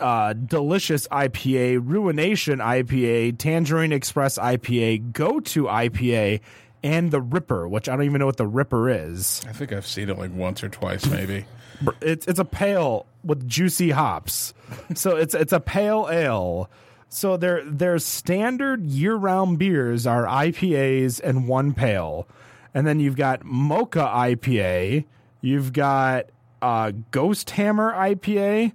uh, delicious IPA, Ruination IPA, Tangerine Express IPA, Go To IPA, and the Ripper, which I don't even know what the Ripper is.
I think I've seen it like once or twice maybe.
It's it's a pale with juicy hops. So it's it's a pale ale. So their their standard year round beers are IPAs and one pale, and then you've got Mocha IPA, you've got uh, Ghost Hammer IPA,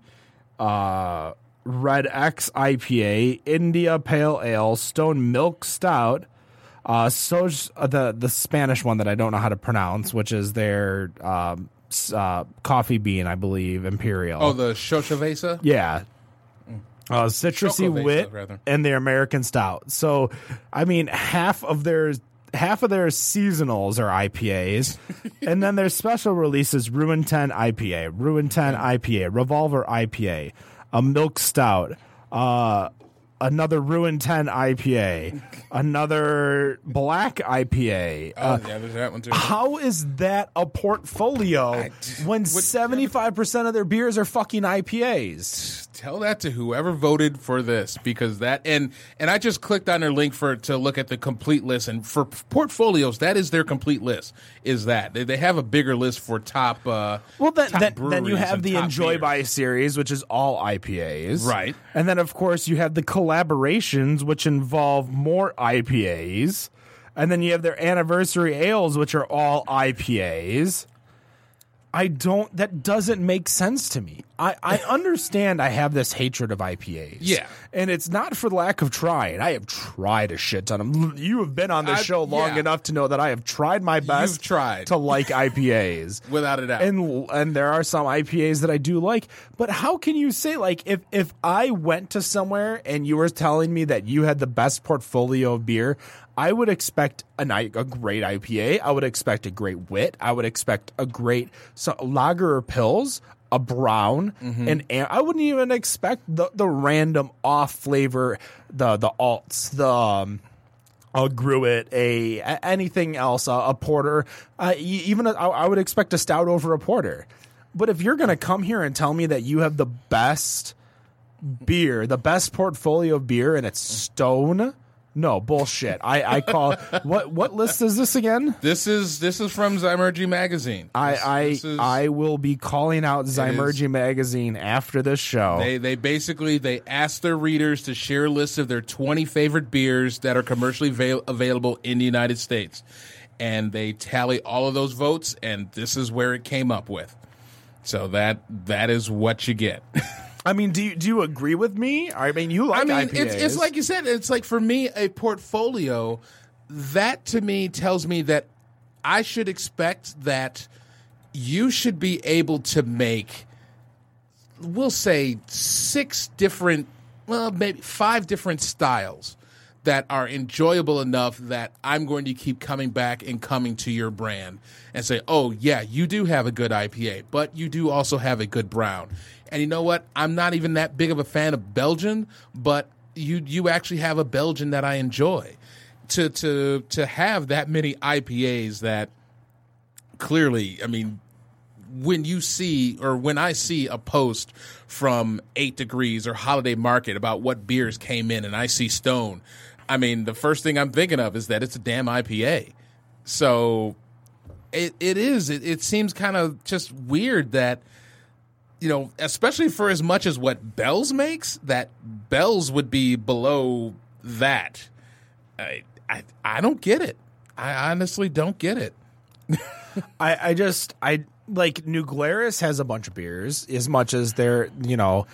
uh, Red X IPA, India Pale Ale, Stone Milk Stout, uh, so uh, the the Spanish one that I don't know how to pronounce, which is their um, s- uh, coffee bean, I believe, Imperial.
Oh, the Shoshavesa?
yeah. Uh, citrusy
Chocovesa,
wit
rather.
and their American stout. So, I mean, half of their half of their seasonals are IPAs, and then their special releases: Ruin Ten IPA, Ruin Ten IPA, Revolver IPA, a milk stout, uh, another Ruin Ten IPA, another Black IPA.
Oh, yeah, there's that one too.
How is that a portfolio when seventy five percent of their beers are fucking IPAs?
Tell that to whoever voted for this because that and and I just clicked on their link for to look at the complete list and for portfolios that is their complete list is that they, they have a bigger list for top uh
Well, then,
top
then, then you
breweries
have
and
the
top
Enjoy
beers.
By series, which is all IPAs.
Right.
And then, of course, you have the collaborations, which involve more IPAs. And then you have their anniversary ales, which are all IPAs. I don't, that doesn't make sense to me. I, I understand I have this hatred of IPAs.
Yeah.
And it's not for lack of trying. I have tried a shit ton of 'em. You have been on this
I-
show long
yeah.
enough to know that I have tried my best
tried.
to like IPAs
Without a doubt.
and and there are some IPAs that I do like. But how can you say like if if I went to somewhere and you were telling me that you had the best portfolio of beer, I would expect an, I- a great IPA. I would expect a great wit. I would expect a great so, lager or pills. A brown,
Mm-hmm.
and and I wouldn't even expect the, the random off flavor, the the alts, the um, a gruit, a a- anything else, a, a porter, uh, e- even a, I I would expect a stout over a porter. But if you're going to come here and tell me that you have the best beer, the best portfolio of beer, and it's Stone, no bullshit. I, I call what what list is this again?
This is this is from Zymergy magazine.
I
This-
I,
this is-
I will be calling out Zymergy magazine after this show.
They they basically they asked their readers to share a list of their 20 favorite beers that are commercially avail- available in the United States, and they tally all of those votes, and this is where it came up with. So that that is what you get.
I mean, do you do you agree with me? I mean, you like
I mean,
IPAs.
it's it's like you said. It's like for me, a portfolio that to me tells me that I should expect that you should be able to make, we'll say, six different, well, maybe five different styles that are enjoyable enough that I'm going to keep coming back and coming to your brand and say, oh, yeah, you do have a good IPA, but you do also have a good brown. And you know what? I'm not even that big of a fan of Belgian, but you you actually have a Belgian that I enjoy. To to to have that many IPAs that clearly, I mean, when you see or when I see a post from Eight Degrees or Holiday Market about what beers came in, and I see Stone, I mean, the first thing I'm thinking of is that it's a damn IPA. So it, it is. It, it seems kind of just weird that you know, especially for as much as what Bell's makes, that Bell's would be below that. I I, I don't get it. I honestly don't get it.
I, I just I like New Glarus has a bunch of beers as much as they're you know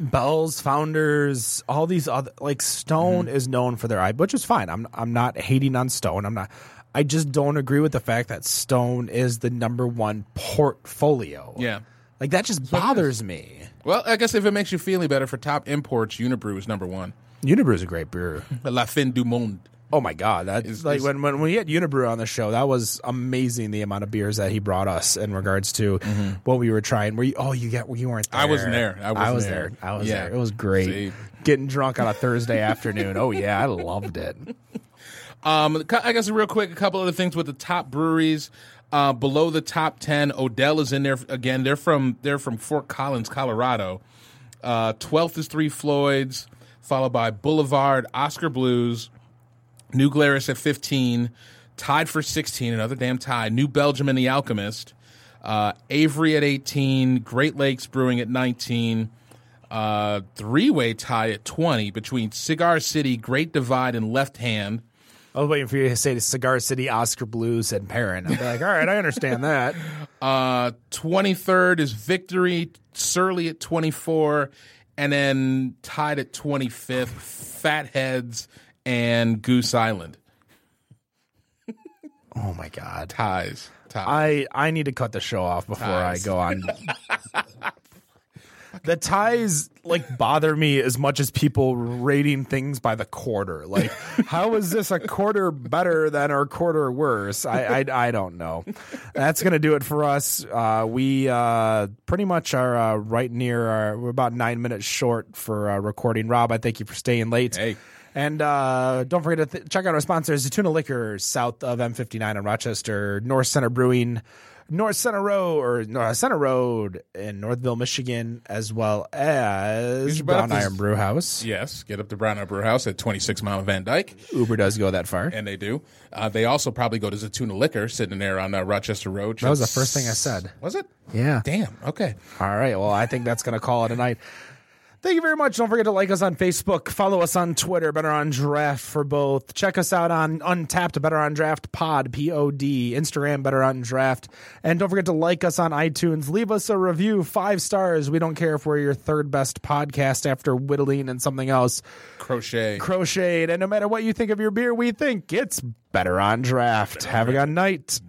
Bell's founders all these other like Stone is known for their eye which is fine I'm I'm not hating on Stone I'm not I just don't agree with the fact that Stone is the number one portfolio
Yeah.
like that just bothers me
Well, I guess if it makes you feel any better for top imports, Unibrew is number one.
Unibrew is a great beer
La fin du monde.
oh my god that
Is-
is like
is-
when, when we had Unibrew on the show that was amazing the amount of beers that he brought us in regards to what we were trying were you, oh you get you weren't there
Mm-hmm. I wasn't there. I wasn't
was
there.
there. I was
Yeah.
there. It was great.
See?
Getting drunk on a Thursday afternoon. Oh yeah, I loved it.
Um, cu- I guess real quick, a couple other things with the top breweries. Uh, below the top ten, Odell is in there again. They're from they're from Fort Collins, Colorado. Uh, Twelfth is Three Floyds, followed by Boulevard, Oscar Blues, New Glarus at fifteen, tied for sixteen, another damn tie. New Belgium and the Alchemist, uh, Avery at eighteen, Great Lakes Brewing at nineteen uh, three way tie at 20 between Cigar City, Great Divide, and Left Hand.
I was waiting for you to say Cigar City, Oscar Blues, and Parent. I'm like, all right, I understand that.
Uh, 23rd is Victory, Surly at 24, and then tied at 25th, Fatheads and Goose Island.
Oh my god,
Ties. Ties.
I I need to cut the show off before
Ties.
I go on. the ties like bother me as much as people rating things by the quarter. Like, how is this a quarter better than or quarter worse? I I, I don't know. That's gonna do it for us. Uh, we uh, pretty much are uh, right near our. We're about nine minutes short for uh, recording. Rob, I thank you for staying late.
Hey.
And uh, don't forget to th- check out our sponsors, Zatuna Liquor, south of M59 in Rochester, North Center Brewing, North Center Road, or North Center Road in Northville, Michigan, as well as
should buy
Brown
this-
Iron Brew House.
yes, get up to Brown Upper House at 26 Mile and Van Dyke,
Uber does go that far.
and they do. Uh, they also probably go to Zatuna Liquor sitting there on uh, Rochester Road.
That was the first thing I said.
Was it?
Yeah.
Damn. Okay.
All right. Well, I think that's going to call it a night. Thank you very much. Don't forget to like us on Facebook, follow us on Twitter, Better on Draft for both. Check us out on Untapped, Better on Draft Pod, P O D, Instagram, Better on Draft. And don't forget to like us on iTunes. Leave us a review, five stars. We don't care if we're your third best podcast after whittling and something else
Crochet.
crocheted. And no matter what you think of your beer, we think it's Better on Draft. Have a good night.